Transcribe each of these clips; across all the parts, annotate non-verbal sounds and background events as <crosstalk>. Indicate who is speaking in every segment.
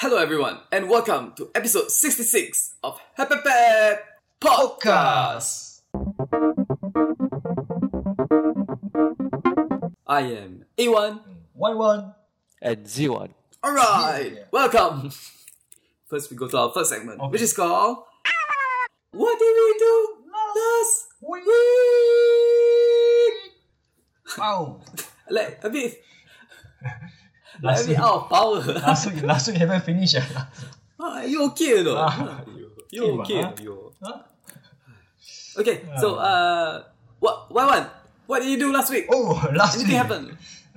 Speaker 1: Hello, everyone, and welcome to episode 66 of Happy Pep Podcast. I am A1.
Speaker 2: Why one?
Speaker 3: and Z1.
Speaker 1: All right,
Speaker 2: Yeah.
Speaker 1: welcome. <laughs> First, we go to our first segment,
Speaker 2: Okay.
Speaker 1: which is called What Did We Do Last Week?
Speaker 2: Wow.
Speaker 1: Like, a bit, like, a
Speaker 2: Last
Speaker 1: bit
Speaker 2: week,
Speaker 1: out of power.
Speaker 2: <laughs>
Speaker 1: <laughs>
Speaker 2: last week, last week haven't finished. <laughs> ah.
Speaker 1: Are you okay, though? <laughs>
Speaker 2: Ah.
Speaker 1: You- You okay?
Speaker 2: Okay, ah.
Speaker 1: You.
Speaker 2: Huh? Ah.
Speaker 1: Okay, so uh, what, why one? What did you do last week?
Speaker 2: Oh, last
Speaker 1: Anything
Speaker 2: week.
Speaker 1: happened?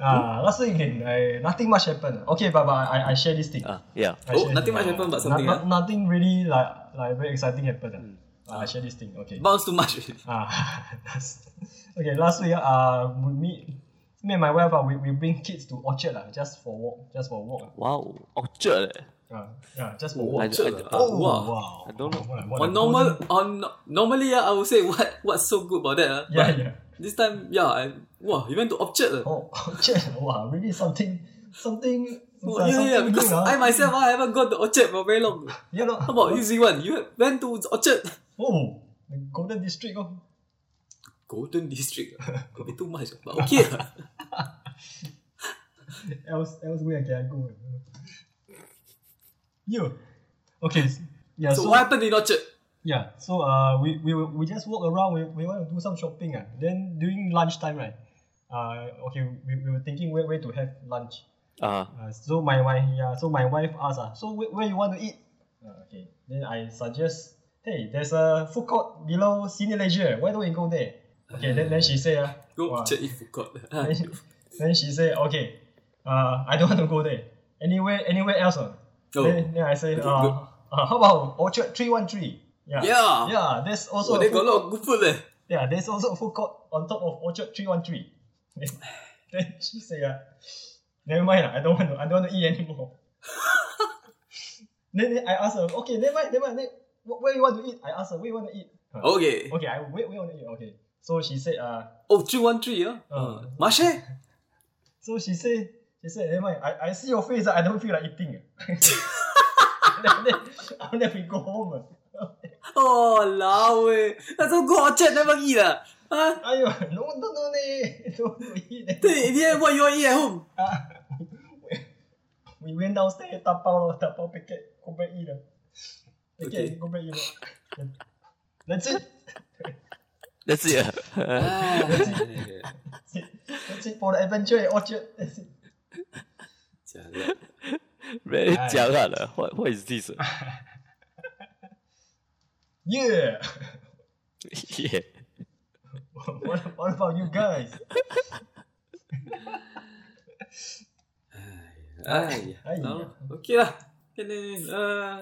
Speaker 2: Ah, last week again, I, nothing much happened. Okay, but, but I, I share this thing.
Speaker 3: Uh, yeah.
Speaker 2: I
Speaker 1: Oh,
Speaker 2: share
Speaker 1: nothing
Speaker 2: this
Speaker 1: much
Speaker 2: thing.
Speaker 1: happened, but something.
Speaker 2: No- no-
Speaker 1: ah.
Speaker 2: nothing really like like very exciting happened.
Speaker 3: Hmm.
Speaker 2: ah. Ah, I share this thing. Okay.
Speaker 1: Bounce too much.
Speaker 2: Ah, <laughs> last, okay, last week, uh, we, me, me and my wife, uh, we, we bring kids to Orchard, uh, just for walk, just for walk.
Speaker 3: Wow. Orchard. eh.
Speaker 2: Uh, yeah, just for
Speaker 1: Oh,
Speaker 2: walk.
Speaker 1: Orchard,
Speaker 3: I-
Speaker 1: ah.
Speaker 2: oh,
Speaker 1: Wow.
Speaker 2: wow.
Speaker 3: I don't know.
Speaker 2: What a- what a
Speaker 1: On normal, on no- normally, ah, I would say <laughs> what what's so good about that? ah?
Speaker 2: Yeah,
Speaker 1: But
Speaker 2: yeah.
Speaker 1: This time, yeah, I, wow, you went to Orchard. ah.
Speaker 2: <laughs> Oh, Orchard, wow, really something, something,
Speaker 1: Oh, yeah,
Speaker 2: uh,
Speaker 1: yeah,
Speaker 2: something
Speaker 1: because
Speaker 2: new, ah.
Speaker 1: I myself, ah, I haven't gone to Orchard for very long. How
Speaker 2: you know,
Speaker 1: about you, Z1? You went to Orchard? <laughs>
Speaker 2: Oh, the Golden District, oh.
Speaker 1: Golden District. ah. Could be too much, ah, but okay. ah.
Speaker 2: Else, elsewhere can I go? You, okay, s- <laughs> yeah. So,
Speaker 1: So what happened in Orchard?
Speaker 2: yeah, so uh, we, we were- we just walk around. We, we want to do some shopping. Ah, then during lunchtime, right? Uh, okay, we, we were thinking where, where to have lunch.
Speaker 3: Uh,
Speaker 2: Uh, so my wife, yeah, so my wife asked, ah, so where, where you want to eat? Uh, okay, then I suggest, hey, there's a food court below Senior Leisure. Why don't we go there? Okay, then, then she said, ah,
Speaker 1: Go
Speaker 2: "Wah,
Speaker 1: Orchard if you got. ah.
Speaker 2: <laughs> then, then she said, okay, uh, I don't want to go there. Anywhere, anywhere else. ah?"
Speaker 1: Oh.
Speaker 2: Then, then I said,
Speaker 1: Good, good.
Speaker 2: uh, uh, how about Orchard 313? Yeah.
Speaker 1: Yeah.
Speaker 2: Yeah, there's also,
Speaker 1: Oh,
Speaker 2: a
Speaker 1: they
Speaker 2: food-
Speaker 1: got a lot of good food there.
Speaker 2: yeah, there's also a food court on top of Orchard 313. then, <laughs> then she said, uh, never mind, ah, I don't want to, I don't want to eat anymore. <laughs> then, then I asked her, okay, never mind, never mind. Then, wh- where you want to eat? I asked her, where you want to eat? Uh,
Speaker 1: Okay.
Speaker 2: Okay, I wait, where you want to eat? Okay. So she said, uh,
Speaker 1: Oh, 313, yeah?
Speaker 2: Uh.
Speaker 1: Uh, Marche?
Speaker 2: So she said, she said, never mind, I, I see your face, I don't feel like eating. <laughs> then, then, after we go home.
Speaker 1: Oh, lao eh. 那时候过 Orchard never eat ah. Huh?
Speaker 2: Ayo, no, no, no, ne, <laughs> don't eat. leh."
Speaker 1: 对 in the end, what you want eat at home?
Speaker 2: Ah, we went downstairs, tapao, lor, tapao packet, go back eat. lor.
Speaker 1: Okay.
Speaker 2: Okay, go back eat. lor. That's it.
Speaker 3: that's it. Uh,
Speaker 2: That's it. That's it for the adventure at Orchard. That's it.
Speaker 3: very
Speaker 2: Aye.
Speaker 3: jialat. eh. What, what is this? eh?
Speaker 2: Yeah. <laughs>
Speaker 3: yeah.
Speaker 2: what, what about you guys? Ai,
Speaker 1: Okay Ah, lah. Can I, uh,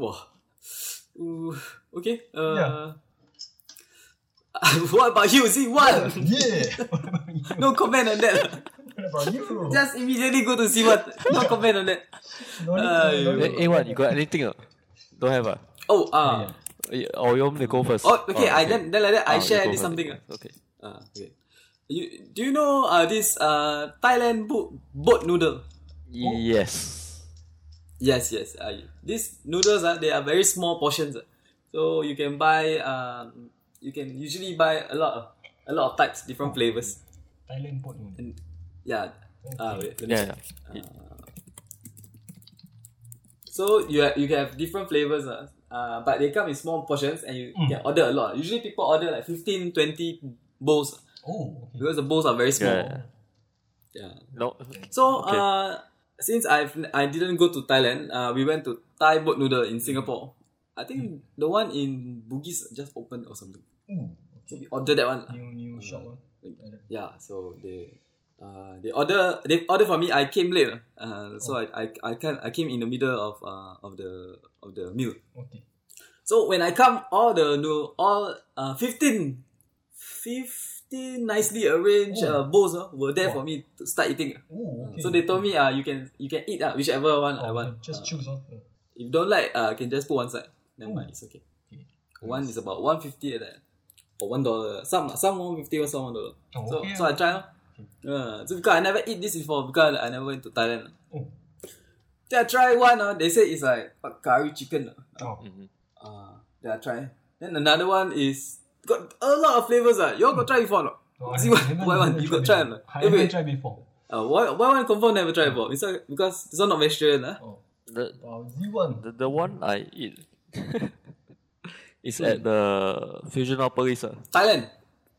Speaker 1: wah. Ooh, okay. Uh,
Speaker 2: Yeah.
Speaker 1: <laughs> what about you? See one.
Speaker 2: yeah. What about you?
Speaker 1: No comment on <laughs> that.
Speaker 2: What about you?
Speaker 1: Just immediately go to see what. No comment on that.
Speaker 2: No need-
Speaker 1: Aiyo.
Speaker 2: no
Speaker 3: Then
Speaker 2: need-
Speaker 3: A1, you got anything? Uh? Don't have. Uh?
Speaker 1: Oh, ah.
Speaker 2: Yeah.
Speaker 3: Or you want me to go first?
Speaker 1: Oh, okay. I
Speaker 3: didn't.
Speaker 1: then then like that. I share this
Speaker 3: this
Speaker 1: something. ah.
Speaker 3: Okay.
Speaker 1: Ah, okay. You do you know uh this uh Thailand boat boat noodle?
Speaker 3: Yes.
Speaker 1: Yes, yes. Uh, these noodles uh, they are very small portions. ah. So you can buy um you can usually buy a lot of a lot of types, different flavors.
Speaker 2: Thailand port noodle.
Speaker 1: And yeah. Uh, wait, let me
Speaker 3: Yeah.
Speaker 1: check.
Speaker 3: yeah.
Speaker 1: So you have, you can have different flavors uh, uh, but they come in small portions and you
Speaker 2: Mm.
Speaker 1: can order a lot. Usually people order like 15, 20 bowls
Speaker 2: Oh, okay.
Speaker 1: because the bowls are very small.
Speaker 3: Yeah.
Speaker 1: yeah.
Speaker 3: No.
Speaker 1: So
Speaker 3: Okay.
Speaker 1: uh, since I've I didn't go to Thailand, uh, we went to Thai boat noodle in Singapore. I think the one in Bugis just opened or something.
Speaker 2: Oh, Ooh,
Speaker 1: So we ordered that one.
Speaker 2: new new shop. ah.
Speaker 1: Yeah. So they uh, they order they order for me. I came late. Uh,
Speaker 2: Oh.
Speaker 1: so I I I can I came in the middle of uh, of the of the meal.
Speaker 2: Okay.
Speaker 1: So when I come, all the no all uh, 15, 15 nicely arranged
Speaker 2: Oh.
Speaker 1: uh, bowls uh, were there
Speaker 2: Wow.
Speaker 1: for me to start eating.
Speaker 2: Ooh, okay.
Speaker 1: So they told me uh, you can you can eat uh, whichever one I
Speaker 2: Oh,
Speaker 1: want.
Speaker 2: Just
Speaker 1: Uh,
Speaker 2: choose. Oh. Yeah.
Speaker 1: if you don't like, uh, can just put one side. Never
Speaker 2: Mm.
Speaker 1: mind, it's okay.
Speaker 2: Okay.
Speaker 1: One is about one fifty at that, or one dollar. Some some one fifty or some one dollar.
Speaker 2: Oh,
Speaker 1: So
Speaker 2: okay,
Speaker 1: so I try. Uh, so because I never eat this before because I never went to Thailand.
Speaker 2: Oh.
Speaker 1: Then I try one, uh, they say it's like what, curry chicken. Uh.
Speaker 2: Oh,
Speaker 3: Mhm.
Speaker 1: Uh, then I try. Then another one is got a lot of flavors. Uh. You all got try before? or not?
Speaker 2: no, I
Speaker 1: <laughs> See what-
Speaker 2: haven't-
Speaker 1: why one?
Speaker 2: haven't
Speaker 1: You got try
Speaker 2: tried
Speaker 1: or
Speaker 2: before.
Speaker 1: not?
Speaker 2: I
Speaker 1: Eh,
Speaker 2: haven't
Speaker 1: wait.
Speaker 2: tried before.
Speaker 1: Uh, why, why one confirm never try before? It's not, because this one not vegetarian. Uh.
Speaker 2: Oh,
Speaker 3: The,
Speaker 2: wow, Z one.
Speaker 3: the the one I eat <laughs> is at the Fusionopolis. Uh.
Speaker 1: Thailand.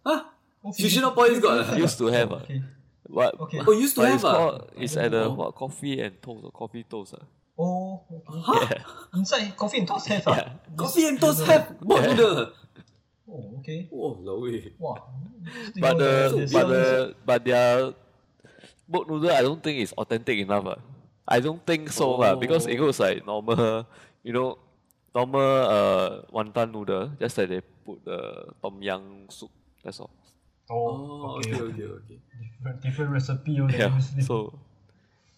Speaker 1: Huh?
Speaker 2: Oh,
Speaker 1: Fusionopolis got, uh,
Speaker 3: Used to have. Uh.
Speaker 2: Okay.
Speaker 3: But,
Speaker 2: Okay.
Speaker 1: Oh, used to
Speaker 3: but
Speaker 1: have.
Speaker 3: it's,
Speaker 1: Uh.
Speaker 3: called, it's at the
Speaker 1: Oh.
Speaker 3: what, coffee and toast, uh, coffee toast. Uh.
Speaker 2: Oh, okay.
Speaker 1: Huh?
Speaker 3: Yeah.
Speaker 2: Inside coffee and toast have ah.
Speaker 3: Yeah.
Speaker 1: Coffee and toast have boat
Speaker 3: Yeah.
Speaker 1: noodle.
Speaker 2: Oh, okay.
Speaker 1: Oh, no way.
Speaker 2: Wow.
Speaker 3: But the
Speaker 1: So
Speaker 3: but the but their boat noodle I don't think is authentic enough. Uh. I don't think so lah because it
Speaker 1: Oh.
Speaker 3: goes like normal, you know, normal uh wonton noodle. Just that they put the tom yum soup. That's all.
Speaker 1: Oh, okay, okay, okay.
Speaker 2: Different, different recipe. oh,
Speaker 3: Yeah.
Speaker 2: different-
Speaker 3: so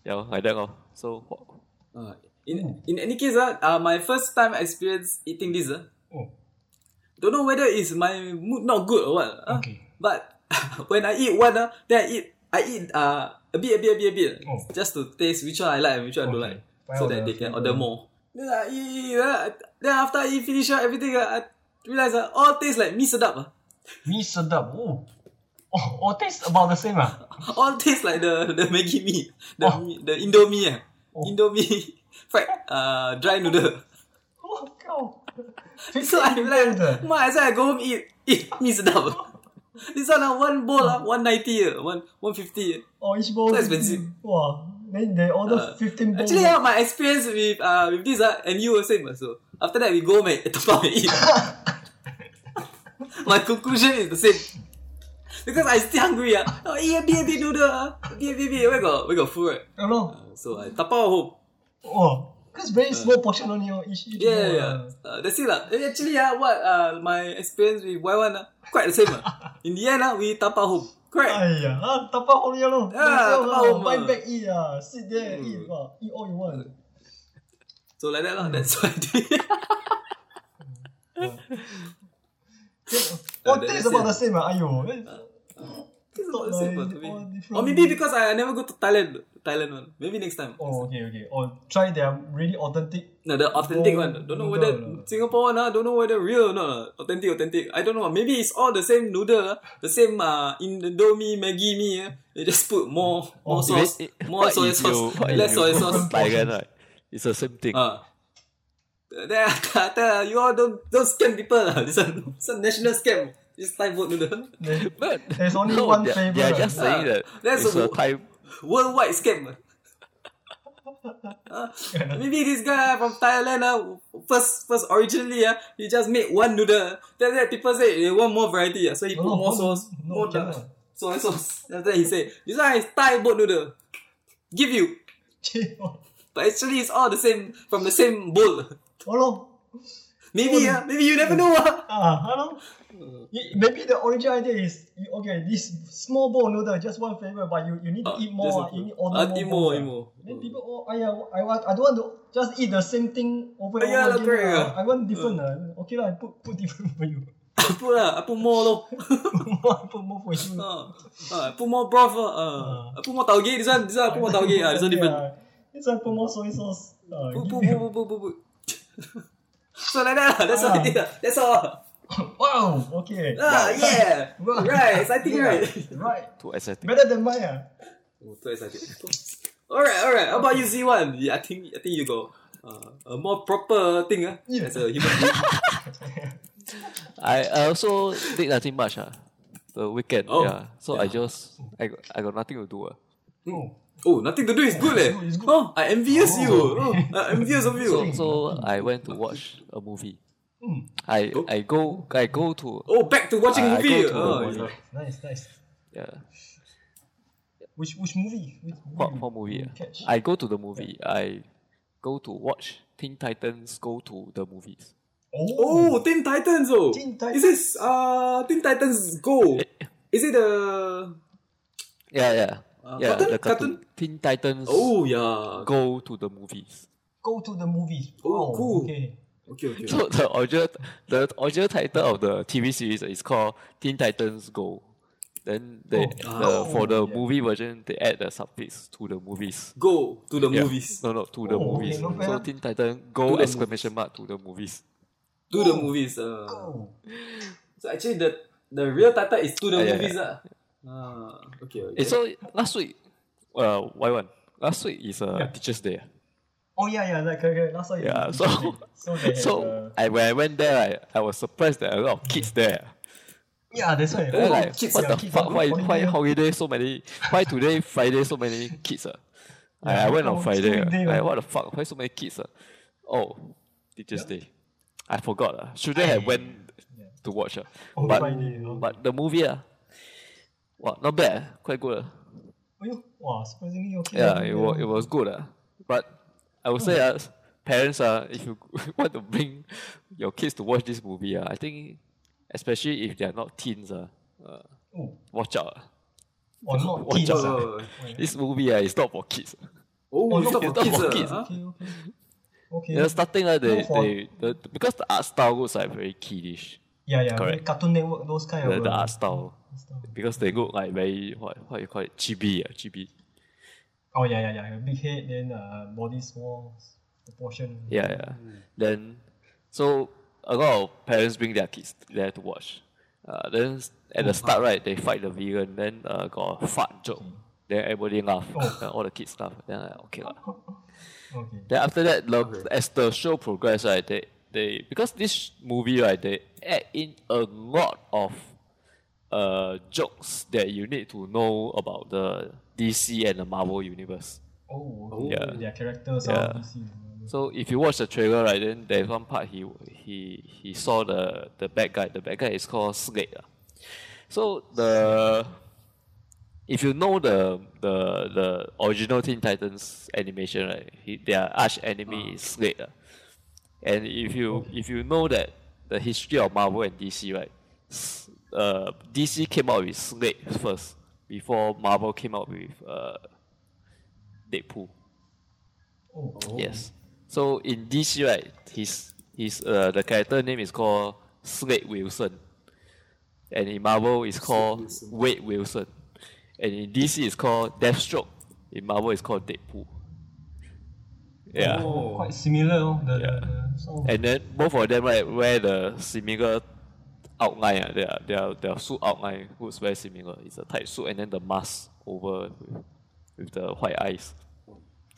Speaker 3: yeah, like that. lor. So wha-
Speaker 1: Uh, in in any case, uh, uh, my first time experience eating this, uh,
Speaker 2: Oh,
Speaker 1: don't know whether it's my mood not good or what. Uh,
Speaker 2: okay.
Speaker 1: But <laughs> when I eat one, uh, then I eat I eat uh, a bit, a bit, a bit, a bit,
Speaker 2: Oh.
Speaker 1: just to taste which one I like and which one I don't
Speaker 2: Okay.
Speaker 1: like,
Speaker 2: Find
Speaker 1: so
Speaker 2: out
Speaker 1: that
Speaker 2: the
Speaker 1: they can
Speaker 2: flavor.
Speaker 1: order more. Then I eat, uh, then after I eat finish uh, everything, uh, I realize uh, all taste like mee sedap. Uh.
Speaker 2: Mee sedap. Oh. Oh, oh, taste about the same ah.
Speaker 1: <laughs> All taste like the the Maggi mee, the
Speaker 2: Oh.
Speaker 1: mee- the Indomie, uh,
Speaker 2: Oh.
Speaker 1: Indomie <laughs> fried uh, dry
Speaker 2: <laughs>
Speaker 1: noodle.
Speaker 2: Oh, cow.
Speaker 1: <laughs> So I realized,
Speaker 2: the
Speaker 1: might as well I go home eat, eat mee sedap. <laughs> this one, ah, one bowl, ah, 190, ah, one, 150.
Speaker 2: Oh, each bowl.
Speaker 1: So expensive.
Speaker 2: Wow. Then they order
Speaker 1: Uh,
Speaker 2: 15 bowls.
Speaker 1: Actually, ah, my experience with uh, with this, ah, and you were same ah. so after that we go <laughs> home and top up and eat. my conclusion is the same. Because I still hungry, ah. oh, eat a bit, a bit noodle, ah. a bit, a bit, a bit. Where got, where got food, right?
Speaker 2: Oh, no.
Speaker 1: Uh, so I top out home.
Speaker 2: Oh. Because very small portion only. Oh, each, each
Speaker 1: Uh. Yeah, yeah,
Speaker 2: bowl,
Speaker 1: yeah.
Speaker 2: ah.
Speaker 1: Uh, that's it. lah. Eh, Actually, uh, what uh, my experience with Y1 uh, quite the same. ah. In the end, uh, we tapa home. Correct.
Speaker 2: Aiya, ah, tapau home ya lor.
Speaker 1: Yeah, dabao home,
Speaker 2: buy
Speaker 1: ah.
Speaker 2: back eat ah. Sit there and
Speaker 1: Mm.
Speaker 2: eat ah. Eat all you want.
Speaker 1: So like that, lah. that's what I did.
Speaker 2: <laughs>
Speaker 1: <laughs>
Speaker 2: All
Speaker 1: that-
Speaker 2: taste
Speaker 1: that's
Speaker 2: about
Speaker 1: it.
Speaker 2: the same ah. Ayo.
Speaker 1: It's
Speaker 2: Not
Speaker 1: not the same,
Speaker 2: like oh,
Speaker 1: but I mean-
Speaker 2: all different.
Speaker 1: Or maybe because I I never go to Thailand. Thailand one. Maybe next time.
Speaker 2: Oh, okay, okay. Or try their really authentic.
Speaker 1: No, the authentic
Speaker 2: Oh,
Speaker 1: one. Don't know
Speaker 2: noodle
Speaker 1: whether
Speaker 2: lah.
Speaker 1: Singapore one, ah, don't know whether real or not. ah. Authentic, authentic. I don't know. Maybe it's all the same noodle, ah, the same uh, Indomie, Maggi mee. ah. They just put more, more
Speaker 2: Oh,
Speaker 3: if it-
Speaker 1: sauce,
Speaker 3: it-
Speaker 1: more
Speaker 3: what
Speaker 1: soy
Speaker 3: if you-
Speaker 1: sauce,
Speaker 3: what if
Speaker 1: less
Speaker 3: you
Speaker 1: soy
Speaker 3: put
Speaker 1: sauce.
Speaker 3: Thailand, right? It's the same thing.
Speaker 1: Ah. Then I tell you all don't don't scam people lah. This one, this one national scam. This Thai vote noodle.
Speaker 2: Then
Speaker 3: But
Speaker 2: There's only
Speaker 3: no,
Speaker 2: one
Speaker 3: they're,
Speaker 2: flavour.
Speaker 3: They're just
Speaker 1: Ah,
Speaker 3: saying that
Speaker 1: that's
Speaker 3: it's
Speaker 1: a
Speaker 3: a
Speaker 1: wo-
Speaker 3: Thai
Speaker 1: Worldwide
Speaker 2: <laughs>
Speaker 1: scam. Ah, maybe this guy from Thailand ah, first first originally ah, he just made one noodle. Then that people say they want more variety ah, so he
Speaker 2: No,
Speaker 1: put
Speaker 2: no,
Speaker 1: more
Speaker 2: no,
Speaker 1: sauce,
Speaker 2: no,
Speaker 1: more
Speaker 2: cannot.
Speaker 1: da- soy sauce. Then after that he say this one is Thai boat noodle. Give you, but actually it's all the same from the same bowl.
Speaker 2: <laughs> Hello.
Speaker 1: Maybe
Speaker 2: Oh,
Speaker 1: ah, maybe you never know ah.
Speaker 2: Ah, hello. Y- Maybe the original idea is you- okay. This small bowl noodle, just one flavor, but you, you need to
Speaker 1: Ah,
Speaker 2: eat
Speaker 1: just
Speaker 2: more. ah,
Speaker 1: a-
Speaker 2: You need order
Speaker 1: ah,
Speaker 2: more.
Speaker 1: eat
Speaker 2: bowls,
Speaker 1: more,
Speaker 2: ah.
Speaker 1: eat more.
Speaker 2: Then people, oh, aiyah, I want, I don't want to just eat the same thing over and
Speaker 1: Yeah,
Speaker 2: over again.
Speaker 1: correct,
Speaker 2: ah.
Speaker 1: yeah. Uh.
Speaker 2: I want different. ah. Okay, lah, I put put different <laughs> for you.
Speaker 1: I put lah, I ah, put more lor.
Speaker 2: I put more for you.
Speaker 1: Ah, ah, I put more broth ah. ah. I put more tauge. This one, this one I put more tauge ah. This one different.
Speaker 2: <laughs> Yeah. This one put more soy sauce. Ah,
Speaker 1: Put, put,
Speaker 2: give you-
Speaker 1: put, put, put, <laughs> put. so like that lah. That's all. I did lah. That's all.
Speaker 2: <laughs> Ah. wow. Okay.
Speaker 1: Ah, yeah.
Speaker 2: <laughs> Wow.
Speaker 1: Right, exciting, right?
Speaker 2: Yeah,
Speaker 1: <laughs>
Speaker 2: Right.
Speaker 3: too exotic.
Speaker 2: Better than mine. ah.
Speaker 1: Oh, too excited. alright, alright. How about you, Z1? Yeah, I think, I think you got uh, a more proper thing ah.
Speaker 2: Yeah.
Speaker 1: As a human being.
Speaker 3: I, I also did nothing much. Ah, the weekend.
Speaker 1: Oh,
Speaker 3: yeah. So I
Speaker 1: yeah.
Speaker 3: just I, got- I got nothing to do. Ah.
Speaker 2: Oh.
Speaker 1: Oh, nothing to do is good eh.
Speaker 2: no, it's good.
Speaker 1: Oh, I envious
Speaker 2: Oh.
Speaker 1: you. Oh, I envious of
Speaker 2: <laughs>
Speaker 1: you.
Speaker 3: So so I went to watch a movie.
Speaker 2: Hmm.
Speaker 3: I
Speaker 1: Oh.
Speaker 3: I go I go to
Speaker 1: oh, back to watching
Speaker 2: Ah,
Speaker 3: I- I
Speaker 1: movie.
Speaker 3: go to
Speaker 1: oh,
Speaker 3: the
Speaker 1: yeah.
Speaker 2: Nice, nice.
Speaker 3: yeah.
Speaker 2: Which which movie? Which movie
Speaker 3: What,
Speaker 2: you-
Speaker 3: what movie?
Speaker 2: you
Speaker 3: ah?
Speaker 2: Catch.
Speaker 3: I go to the movie. I go to watch Teen Titans go to the movies.
Speaker 1: Oh, Teen Titans, oh.
Speaker 2: Teen Titans.
Speaker 1: Is this uh Teen Titans Go? Is it the
Speaker 3: Yeah, yeah.
Speaker 1: Uh,
Speaker 3: yeah,
Speaker 1: cartoon?
Speaker 3: the cartoon, Teen Titans
Speaker 1: Oh yeah.
Speaker 3: go to the movies.
Speaker 2: Go to the movies.
Speaker 1: Oh,
Speaker 2: Wow,
Speaker 1: cool.
Speaker 2: Okay.
Speaker 1: Okay, okay.
Speaker 3: So the original the original title of the TV series is called Teen Titans Go. Then they
Speaker 1: Oh.
Speaker 3: uh, for the
Speaker 2: Yeah.
Speaker 3: movie version they add the subtitles to the movies.
Speaker 1: Go to the
Speaker 3: Yeah.
Speaker 1: movies.
Speaker 3: No, no, to the
Speaker 2: Oh,
Speaker 3: movies.
Speaker 2: okay, not bad.
Speaker 3: so Teen Titan go
Speaker 1: the
Speaker 3: exclamation mark to the movies.
Speaker 1: To the movies. Uh.
Speaker 2: Oh,
Speaker 1: So actually, the the real title is to the
Speaker 3: Ah, yeah,
Speaker 1: movies. ah. Ah, okay. okay.
Speaker 3: Eh, so last week, uh, why one? Last week is uh,
Speaker 2: Yeah.
Speaker 3: Teachers Day. ah.
Speaker 2: oh yeah, yeah, like, correct, correct. Last time.
Speaker 3: Yeah,
Speaker 2: you-
Speaker 3: so-
Speaker 2: <laughs> so, they have,
Speaker 3: So
Speaker 2: uh,
Speaker 3: I when I went there, I, I was surprised that a lot of kids there.
Speaker 2: yeah, that's why.
Speaker 3: Then
Speaker 1: Oh,
Speaker 3: like,
Speaker 1: kids,
Speaker 3: what
Speaker 2: yeah,
Speaker 3: the
Speaker 2: kids
Speaker 3: fuck?
Speaker 2: are
Speaker 3: Why,
Speaker 2: falling
Speaker 3: why
Speaker 2: there.
Speaker 3: holiday so many? Why today Friday so many kids? Uh?
Speaker 2: Yeah,
Speaker 3: I, I went on
Speaker 2: oh,
Speaker 3: Friday.
Speaker 2: school day,
Speaker 3: ah.
Speaker 2: man.
Speaker 3: Like, what the fuck? Why so many kids? Uh? Oh, Teachers Day. I forgot. Uh. Should I have
Speaker 2: Aye.
Speaker 3: went
Speaker 2: Yeah.
Speaker 3: to watch? Uh.
Speaker 2: Oh,
Speaker 3: but
Speaker 2: Friday, you know.
Speaker 3: but the movie, uh, wow, not bad. ah. Quite good. ah.
Speaker 2: Oh, you- wow, surprisingly okay.
Speaker 3: Yeah, it was, it was good. Uh. But I would say, uh, parents, uh, if you <laughs> want to bring your kids to watch this movie, uh, I think, especially if they are not teens, uh, uh,
Speaker 2: Oh,
Speaker 3: watch out. ah.
Speaker 2: or not
Speaker 3: Watch
Speaker 2: kids.
Speaker 3: out.
Speaker 2: ah.
Speaker 1: Oh,
Speaker 3: This movie uh, is not for kids.
Speaker 1: oh,
Speaker 2: Oh,
Speaker 1: it's not
Speaker 3: it's
Speaker 1: for
Speaker 3: not
Speaker 1: kids.
Speaker 3: for
Speaker 1: ah,
Speaker 3: kids.
Speaker 1: huh?
Speaker 2: Okay, okay. Okay.
Speaker 3: Yeah, starting uh, they,
Speaker 2: No, for-
Speaker 3: they the, because the art style looks like very kiddish.
Speaker 2: yeah, yeah.
Speaker 3: correct.
Speaker 2: Cartoon Network, those kind
Speaker 3: The,
Speaker 2: of.
Speaker 3: the
Speaker 2: uh,
Speaker 3: art style.
Speaker 2: stuff.
Speaker 3: Because they look like very what what you call it? Chibi, uh, chibi.
Speaker 2: Oh yeah, yeah, yeah. Big head, then uh, body small, proportion.
Speaker 3: Yeah, yeah. Then so a lot of parents bring their kids there to watch. Uh, then s- at the start right, they fight the villain, then uh, got a fart joke. Then everybody laugh. uh, all the kids laugh. Then like, okay lah.
Speaker 2: Okay.
Speaker 3: Then after that, the,
Speaker 1: Okay.
Speaker 3: as the show progressed, right, they, they because this movie right, they add in a lot of uh jokes that you need to know about the DC and the Marvel universe.
Speaker 2: Oh,
Speaker 1: Oh.
Speaker 2: okay.
Speaker 3: Yeah.
Speaker 2: Their characters
Speaker 3: Yeah.
Speaker 2: are DC.
Speaker 3: So if you watch the trailer, right, then there's one part he he he saw the the bad guy. The bad guy is called Slade. ah. So the if you know the the the original Teen Titans animation, right, he, their arch enemy is Slade. ah. And if you if you know that the history of Marvel and DC, right, s- uh, DC came out with Slade first before Marvel came out with uh, Deadpool.
Speaker 2: Oh,
Speaker 3: Yes. So in DC, right, his his uh, the character name is called Slade Wilson, and in Marvel it's called
Speaker 1: Wilson.
Speaker 3: Wade Wilson, and in DC it's called Deathstroke. In Marvel it's called Deadpool. Yeah.
Speaker 2: Oh, quite similar. Oh, the,
Speaker 3: Yeah.
Speaker 2: the, the so,
Speaker 3: And then both of them right wear the similar outline. Uh, their their their suit outline looks very similar. It's a tight suit and then the mask over with, with the white eyes.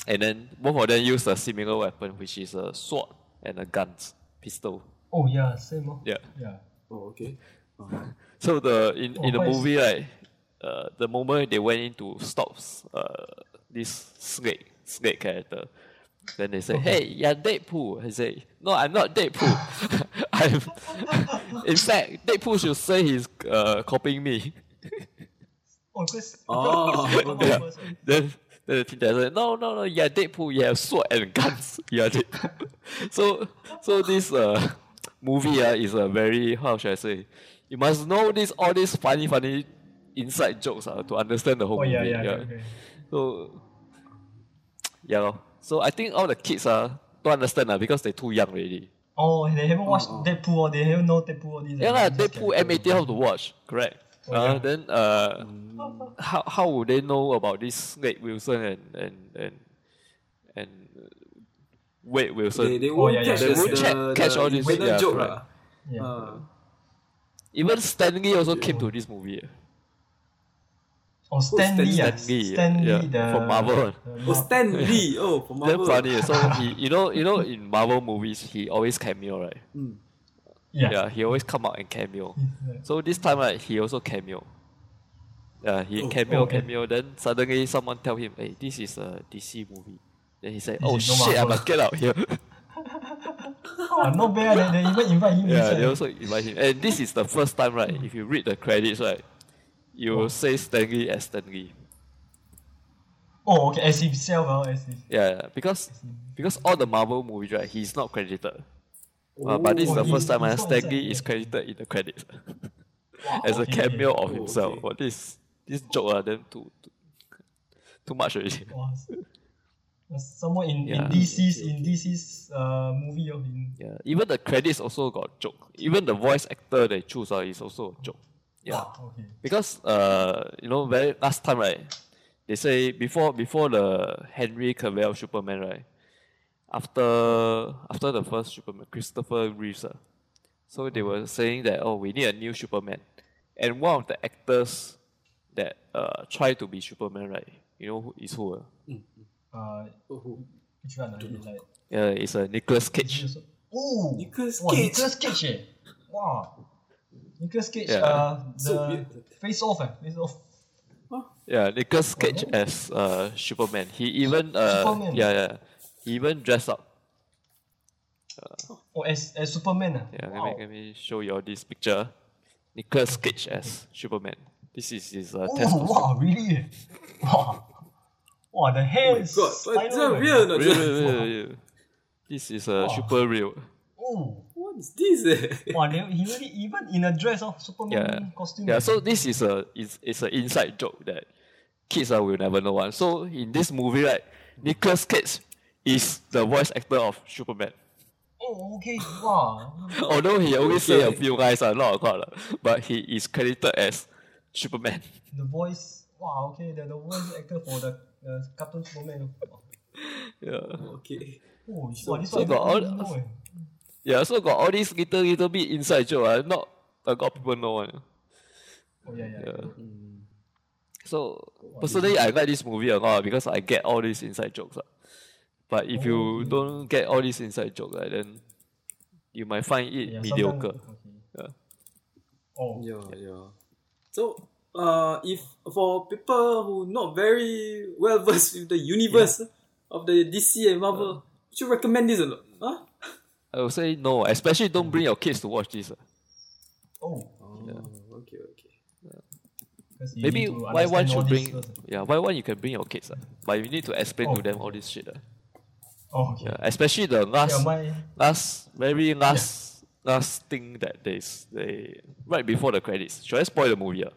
Speaker 3: And then both of them use a similar weapon, which is a sword and a guns pistol.
Speaker 2: oh yeah, same. Oh.
Speaker 3: Yeah.
Speaker 2: Yeah.
Speaker 1: Oh, okay.
Speaker 3: So the in, in the
Speaker 2: Oh, what is-
Speaker 3: movie right, uh, the moment they went in to stop uh, this snake snake character, then they say, "Hey, you're Deadpool." I say, "No, I'm not Deadpool. <laughs> I'm, <laughs> in fact, Deadpool should say he's uh, copying me."
Speaker 2: Oh, because. <laughs>
Speaker 1: Oh, okay.
Speaker 3: Yeah. <laughs> Then then the teen Titan said, "No, no, no. You're Deadpool. You have sword and guns.
Speaker 2: <laughs>
Speaker 3: You're Deadpool." <laughs> so so this uh, movie uh, is a very how should I say? You must know this all these funny funny inside jokes uh, to understand the whole
Speaker 2: Oh
Speaker 3: movie.
Speaker 2: yeah, yeah, yeah. Okay.
Speaker 3: So yeah, lor. so I think all the kids uh, don't understand uh, because they're too young already.
Speaker 2: Oh, they haven't watched
Speaker 1: oh.
Speaker 2: Deadpool. Or they haven't know Deadpool. Or these.
Speaker 3: Yeah,
Speaker 2: uh,
Speaker 3: lah.
Speaker 2: these
Speaker 3: Deadpool
Speaker 2: characters.
Speaker 3: MAT how to watch, correct?
Speaker 2: Oh,
Speaker 3: uh,
Speaker 2: yeah.
Speaker 3: Then uh, how how would they know about this Snake Wilson and and and and uh, Wade Wilson?
Speaker 1: They, they won't
Speaker 2: Oh, yeah, yeah,
Speaker 1: catch,
Speaker 2: they
Speaker 1: the-
Speaker 2: won't
Speaker 1: the,
Speaker 3: check- catch all
Speaker 1: the
Speaker 3: these,
Speaker 1: inventor
Speaker 3: yeah,
Speaker 1: joke.
Speaker 3: correct.
Speaker 1: lah.
Speaker 2: Yeah.
Speaker 1: Ah.
Speaker 3: Even Stanley also came to this movie.
Speaker 2: Oh, Stan Lee. ah.
Speaker 3: Stan Lee,
Speaker 2: Stan Lee,
Speaker 3: yeah,
Speaker 2: the
Speaker 3: from Marvel.
Speaker 2: the
Speaker 1: Oh,
Speaker 2: Mar-
Speaker 1: Stan Lee. Oh, from
Speaker 3: Damn
Speaker 1: Marvel. <laughs>
Speaker 3: funny. eh. So he, you know, you know, in Marvel movies, he always cameo, right?
Speaker 1: Mm.
Speaker 2: Yeah.
Speaker 3: Yeah, he always come out and cameo.
Speaker 2: Yeah.
Speaker 3: So this time, right, he also cameo. Yeah, he
Speaker 1: Oh,
Speaker 3: cameo,
Speaker 2: okay.
Speaker 3: cameo. Then suddenly someone tell him, "Hey, this is a DC movie." Then he said,
Speaker 2: This
Speaker 3: "Oh
Speaker 2: is no
Speaker 3: shit, I
Speaker 2: Marvel."
Speaker 3: must get out here."
Speaker 2: Oh, not bad. ah, They, they even invite him.
Speaker 3: yeah,
Speaker 2: inside.
Speaker 3: they also invite him. And this is the first time, right? If you read the credits, right, you will say Stanley as Stanley.
Speaker 2: Oh, okay. As himself. ah, as him.
Speaker 3: Yeah, because because all the Marvel movies, right, he's not credited. Uh,
Speaker 1: Oh,
Speaker 3: but this is the
Speaker 2: he-
Speaker 3: first time
Speaker 2: he's
Speaker 3: uh,
Speaker 2: not
Speaker 3: Stan
Speaker 2: inside.
Speaker 3: Lee is credited in the credits
Speaker 2: Wow,
Speaker 3: as a
Speaker 2: okay, okay.
Speaker 3: cameo of
Speaker 1: Oh,
Speaker 3: himself.
Speaker 1: okay.
Speaker 3: But this this joke uh, them too, too too much already. <laughs>
Speaker 2: Wow. s- uh, Someone in,
Speaker 3: Yeah.
Speaker 2: in DC's in DC's uh, movie or in
Speaker 3: Yeah, even the credits also got joke. Even the voice actor they choose uh, is also a joke. Yeah.
Speaker 2: Okay.
Speaker 3: Because uh, you know, very last time right, they say before before the Henry Cavill Superman right, after after the first Superman Christopher Reeves, ah, so they were saying that oh we need a new Superman, and one of the actors that uh try to be Superman right, you know who is who? ah?
Speaker 2: Uh,
Speaker 1: Oh,
Speaker 2: which one? Don't like,
Speaker 3: Yeah, it's a uh, Nicolas Cage.
Speaker 2: oh,
Speaker 1: Nicolas
Speaker 2: wow,
Speaker 1: Cage.
Speaker 2: Nicolas Cage. Eh. Wow. Nicolas Cage.
Speaker 3: Yeah.
Speaker 2: Uh, the
Speaker 1: <laughs> So weird.
Speaker 2: face off. Eh. Face off.
Speaker 3: Yeah, Nicolas Cage
Speaker 2: Oh.
Speaker 3: as uh, Superman. He even uh,
Speaker 2: Superman.
Speaker 3: yeah yeah, he even dressed up.
Speaker 2: Oh, as, as Superman. ah.
Speaker 3: Yeah,
Speaker 2: wow.
Speaker 3: let, me, let me show you all this picture. Nicolas Cage as Superman. This is his uh, test.
Speaker 2: Oh,
Speaker 3: costume.
Speaker 2: wow, really? <laughs> eh. Wow. Wow, the
Speaker 1: Oh
Speaker 2: hair
Speaker 1: my god,
Speaker 2: is
Speaker 1: but it's
Speaker 2: spiral,
Speaker 1: a
Speaker 2: eh.
Speaker 1: real, not
Speaker 3: Real,
Speaker 1: just-
Speaker 3: real, real, real. This is uh,
Speaker 2: Wow.
Speaker 3: super real.
Speaker 2: Oh,
Speaker 1: What is this? <laughs> eh?
Speaker 2: wow, they, he really, even in a dress, oh, Superman
Speaker 3: Yeah.
Speaker 2: costume.
Speaker 3: Yeah,
Speaker 2: eh.
Speaker 3: so this is a it's, it's an inside joke that kids uh, will never know one. So in this movie, right, Nicolas Cage is the voice actor of Superman. <laughs>
Speaker 2: Oh, okay, wow.
Speaker 3: Although he always say a
Speaker 1: Okay.
Speaker 3: few guys are not a god, lah, but he is credited as Superman. <laughs>
Speaker 2: The voice, wow, okay, they're the voice actor for the uh, cartoon Superman.
Speaker 3: Yeah.
Speaker 1: okay.
Speaker 2: Oh,
Speaker 1: So-
Speaker 2: wow, this
Speaker 3: so
Speaker 2: one I
Speaker 3: got all-
Speaker 2: didn't know, eh.
Speaker 3: Yeah, so got all these little little bit inside joke. Uh, not a lot of people know one.
Speaker 2: Oh, yeah, yeah.
Speaker 3: Yeah.
Speaker 1: Mm.
Speaker 3: So personally, I like this movie a lot because I get all these inside jokes. lah. But if
Speaker 2: Oh.
Speaker 3: you don't get all these inside jokes, lah, then you might find it
Speaker 2: yeah
Speaker 3: mediocre.
Speaker 2: sometime- Okay.
Speaker 3: Yeah.
Speaker 2: Oh,
Speaker 1: Yeah, yeah. So, uh, if for people who not very well versed with the universe of the DC and Marvel, would you recommend this a lot? Huh?
Speaker 3: I would say no, especially don't bring your kids to watch this. ah. lah.
Speaker 2: oh.
Speaker 1: Oh, okay, okay.
Speaker 2: 'cause you
Speaker 3: Maybe
Speaker 2: need to
Speaker 3: why one
Speaker 2: understand all
Speaker 3: should
Speaker 2: these
Speaker 3: bring
Speaker 2: first.
Speaker 3: yeah why one you can bring your kids, lah. but you need to explain to
Speaker 2: Oh.
Speaker 3: them all this shit. lah.
Speaker 2: Oh, okay.
Speaker 3: Yeah, especially the last
Speaker 2: Yeah, my,
Speaker 3: last very last last thing that they s- they right before the credits. Should I spoil the movie? ah?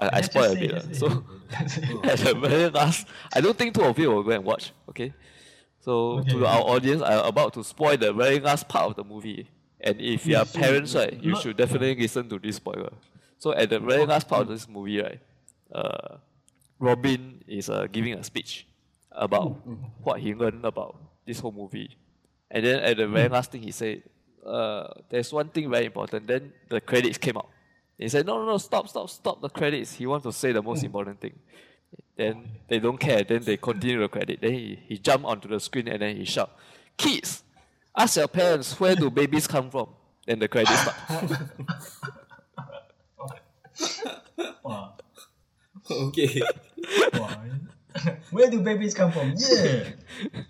Speaker 3: I, I
Speaker 2: just
Speaker 3: spoil a
Speaker 2: say,
Speaker 3: bit.
Speaker 2: just
Speaker 3: ah.
Speaker 2: say.
Speaker 3: So <laughs> at the very last, I don't think two of you will go and watch. Okay, so
Speaker 2: Okay,
Speaker 3: to
Speaker 2: okay.
Speaker 3: our audience, I'm about to spoil the very last part of the movie. And if you
Speaker 2: Yeah,
Speaker 3: are
Speaker 2: so
Speaker 3: parents, right, you
Speaker 2: not-
Speaker 3: should definitely listen to this spoiler. So at the very last part of this movie, right, uh, Robin is uh, giving a speech about
Speaker 2: Oh,
Speaker 3: what he learned about this whole movie. And then at the
Speaker 2: Hmm.
Speaker 3: very last thing he said, uh, there's one thing very important. Then the credits came out. He said, no, no, no, stop, stop, stop the credits. He wants to say the
Speaker 2: Oh.
Speaker 3: most important thing. Then they don't care. Then they continue the credit. Then he, he jumped onto the screen and then he shout, kids, ask your parents where do babies come from? Then the credits start.
Speaker 2: <laughs>
Speaker 3: <laughs>
Speaker 2: wow,
Speaker 1: <laughs> <laughs> okay.
Speaker 2: wow. Where do babies come from? Yeah.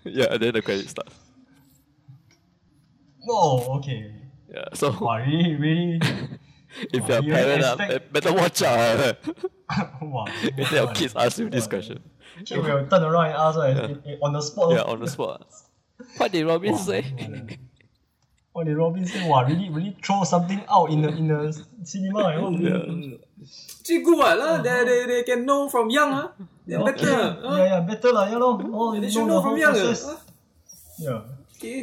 Speaker 3: yeah, then the credits start.
Speaker 2: Whoa, okay.
Speaker 3: Yeah, so
Speaker 2: <laughs> Wow, really, really.
Speaker 3: if you're a
Speaker 2: you
Speaker 3: parent, uh,
Speaker 2: expect-
Speaker 3: better watch
Speaker 2: <laughs>
Speaker 3: out. Uh,
Speaker 2: wow.
Speaker 3: if your kids ask you this question.
Speaker 2: Kid will turn around and ask right, in- in- on the spot.
Speaker 3: Yeah, on the spot. What did
Speaker 1: <laughs>
Speaker 3: Robin say?
Speaker 2: What did Robin say? Wow, really, really throw something out in the in the cinema. You know?
Speaker 3: Yeah.
Speaker 1: Actually good what, lah. they, they, they can know from young, huh? They're
Speaker 2: Okay.
Speaker 1: better. huh?
Speaker 2: Yeah, yeah, better lah, yeah lor. Oh,
Speaker 1: They
Speaker 2: you
Speaker 1: should know
Speaker 2: know the
Speaker 1: from
Speaker 2: whole
Speaker 1: young. ah,
Speaker 2: process.
Speaker 1: huh?
Speaker 2: Yeah,
Speaker 1: Okay.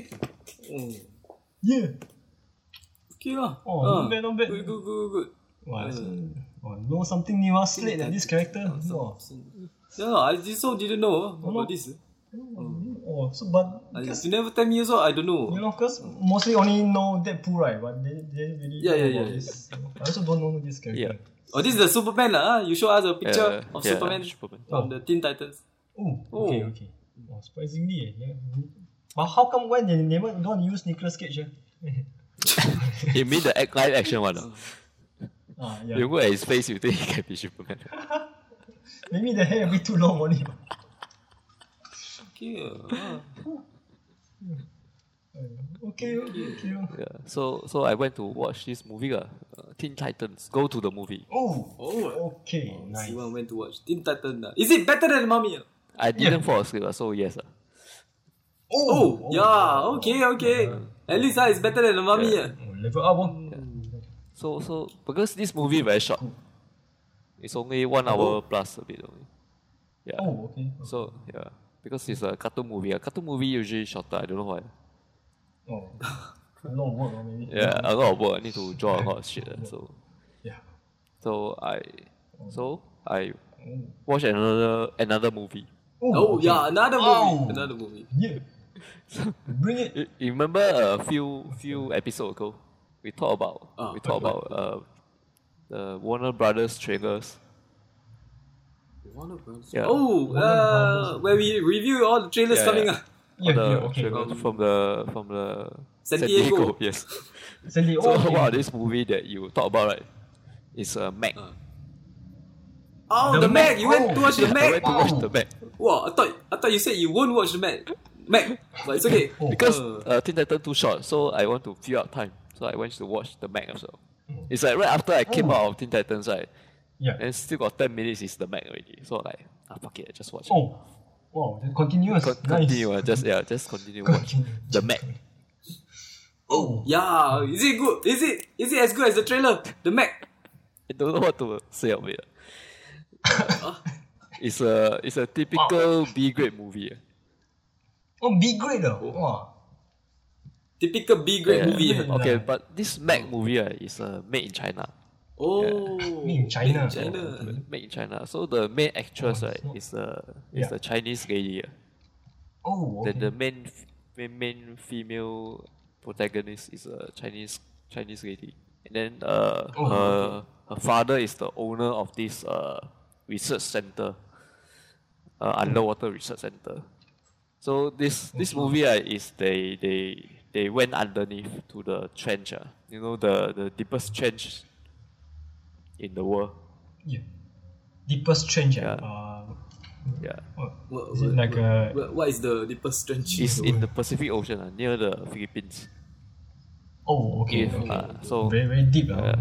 Speaker 1: Mm.
Speaker 2: yeah.
Speaker 1: Okay lah.
Speaker 2: Oh,
Speaker 1: Ah.
Speaker 2: not bad, not bad.
Speaker 1: Good, good, good, good.
Speaker 2: Wow,
Speaker 1: Uh,
Speaker 2: so, wow, know something new. Ah, slate like this character. Wow.
Speaker 1: No, no, I just so didn't know ah, about this.
Speaker 2: Oh, so but
Speaker 1: um, I,
Speaker 2: because,
Speaker 1: Uh, you never tell me so I don't know.
Speaker 2: you know, because mostly only know Deadpool, right? But they, they really
Speaker 1: Yeah,
Speaker 2: know
Speaker 1: yeah, yeah.
Speaker 2: about this. I also don't know this character.
Speaker 3: Yeah.
Speaker 1: Oh, this is the Superman lah. ah. You show us a picture
Speaker 3: Yeah,
Speaker 1: of
Speaker 3: yeah,
Speaker 1: Superman
Speaker 3: Superman.
Speaker 1: from the Teen Titans.
Speaker 2: Oh, okay,
Speaker 1: Oh.
Speaker 2: okay. Wow, surprisingly, eh, yeah. But how come when they never don't want to use Nicolas Cage? Eh?
Speaker 3: You mean the act, live action one? ah?
Speaker 2: Ah,
Speaker 3: You
Speaker 2: yeah.
Speaker 3: look at his face, you think he can be
Speaker 2: <laughs>
Speaker 3: Superman.
Speaker 2: Maybe the hair a bit too long on him.
Speaker 1: Okay.
Speaker 2: <laughs>
Speaker 1: ah.
Speaker 2: Okay, okay, okay.
Speaker 3: Yeah. So so I went to watch this movie, uh, uh, Teen Titans. Go to the movie.
Speaker 2: Oh,
Speaker 1: Oh,
Speaker 2: okay, nice.
Speaker 1: Siwan went to watch Teen Titans. ah. Is it better than Mummy? ah?
Speaker 3: I didn't fall asleep, uh, so yes. Uh.
Speaker 1: Oh, yeah. Okay, okay. At least ah, it's better than the Mummy.
Speaker 3: Yeah.
Speaker 1: ah.
Speaker 2: Oh, level up, oh.
Speaker 3: So so because this movie very short. It's only one hour plus a bit only. Yeah.
Speaker 2: Oh, okay.
Speaker 3: So yeah. Because it's a cartoon movie. A cartoon movie usually shorter, I don't know why.
Speaker 2: Oh, <laughs> a lot of work, oh, maybe.
Speaker 3: Yeah, a lot of work. I need to draw a lot of shit. uh, ah, So
Speaker 2: Yeah.
Speaker 3: So I so I watch another another movie.
Speaker 1: Oh, yeah, another movie.
Speaker 2: Wow.
Speaker 1: Another movie.
Speaker 2: Yeah. Bring it.
Speaker 3: You, you remember a few few episodes ago, we talked about
Speaker 1: Ah,
Speaker 3: we talked about uh, the Warner Brothers trailers.
Speaker 1: Warner Brothers.
Speaker 3: Yeah.
Speaker 1: Oh, uh,
Speaker 2: Warner Brothers.
Speaker 1: where we review all the trailers
Speaker 3: Yeah,
Speaker 1: coming ah.
Speaker 3: yeah.
Speaker 1: up.
Speaker 2: Yeah,
Speaker 3: the
Speaker 2: yeah, okay. um,
Speaker 3: trailers from the from the
Speaker 1: San Diego.
Speaker 3: Yes.
Speaker 2: Sandy,
Speaker 3: So
Speaker 2: oh, okay.
Speaker 3: wow, this movie that you talk about right? It's a uh, Mac.
Speaker 1: Ah. Oh, the,
Speaker 2: The
Speaker 1: Mac.
Speaker 2: Mac.
Speaker 1: You went to
Speaker 2: Oh.
Speaker 1: watch the
Speaker 3: Yeah, I
Speaker 1: Mac.
Speaker 3: went to watch
Speaker 2: Wow.
Speaker 3: the Mac
Speaker 1: Wow, I thought I thought you said you won't watch the Mac. Mac, but it's okay.
Speaker 2: <laughs> Oh.
Speaker 3: because
Speaker 1: Uh,
Speaker 3: uh, Teen Titan too short, so I want to fill out time. So I went to watch the Mac also. It's like right after I came
Speaker 2: Mm-hmm. Oh.
Speaker 3: out of Teen Titans, right?
Speaker 2: Yeah.
Speaker 3: And still got ten minutes is the Mac already. So like, ah fuck it, I just watch. it.
Speaker 2: Oh, wow, the continuous.
Speaker 3: Con-
Speaker 2: nice.
Speaker 3: continue, uh, just yeah, just
Speaker 2: <laughs>
Speaker 3: continue watch
Speaker 2: Continue.
Speaker 3: the Mac.
Speaker 2: Oh,
Speaker 1: yeah, is it good? Is it is it as good as the trailer? The Mac.
Speaker 3: I don't know what to say of
Speaker 2: <laughs>
Speaker 3: it. It's a it's a typical B grade movie. ah.
Speaker 2: oh, B grade, ah. Wow.
Speaker 1: Typical B grade
Speaker 3: <laughs> Yeah.
Speaker 1: movie. eh.
Speaker 2: Yeah.
Speaker 3: Okay, but this Mac movie ah, is uh, made in China.
Speaker 1: Oh,
Speaker 2: Made in
Speaker 1: Made
Speaker 2: China.
Speaker 1: in China.
Speaker 3: Made in China. So the main actress
Speaker 2: Oh,
Speaker 3: right
Speaker 2: so-
Speaker 3: is the
Speaker 2: Yeah.
Speaker 3: is the Chinese lady. ah.
Speaker 2: Oh,
Speaker 3: The
Speaker 2: okay.
Speaker 3: the main f- main, main female protagonist is a Chinese Chinese lady. And then uh
Speaker 2: Oh,
Speaker 3: her her father is the owner of this uh research center. Uh, underwater research center. So this this movie uh, is they they they went underneath to the trench, uh, you know the, the deepest trench in the world.
Speaker 2: yeah. Deepest change, yeah.
Speaker 3: Yeah.
Speaker 2: Uh,
Speaker 3: Yeah.
Speaker 2: oh,
Speaker 1: What,
Speaker 2: Is it like a-
Speaker 1: what- what is the deepest trench?
Speaker 3: It's in the Pacific Ocean, uh, near the Philippines.
Speaker 2: oh, okay.
Speaker 3: If, uh, so
Speaker 2: very, very deep, ah.
Speaker 3: Yeah.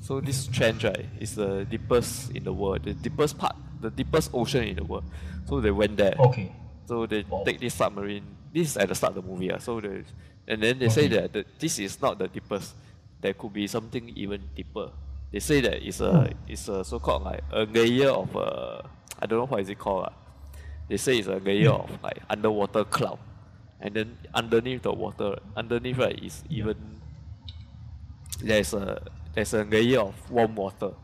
Speaker 3: so this trench right is the deepest in the world, the deepest part, the deepest ocean in the world. So they went there.
Speaker 2: Okay.
Speaker 3: So they
Speaker 2: Wow.
Speaker 3: take this submarine. This is at the start of the movie, uh, so they, and then they say
Speaker 2: Okay.
Speaker 3: that the, this is not the deepest. There could be something even deeper. They say that it's a it's a so called like a layer of uh, I don't know what is it called. Uh. They say it's a layer of like underwater cloud, and then underneath the water, underneath right is even there's a there's a layer of warm water,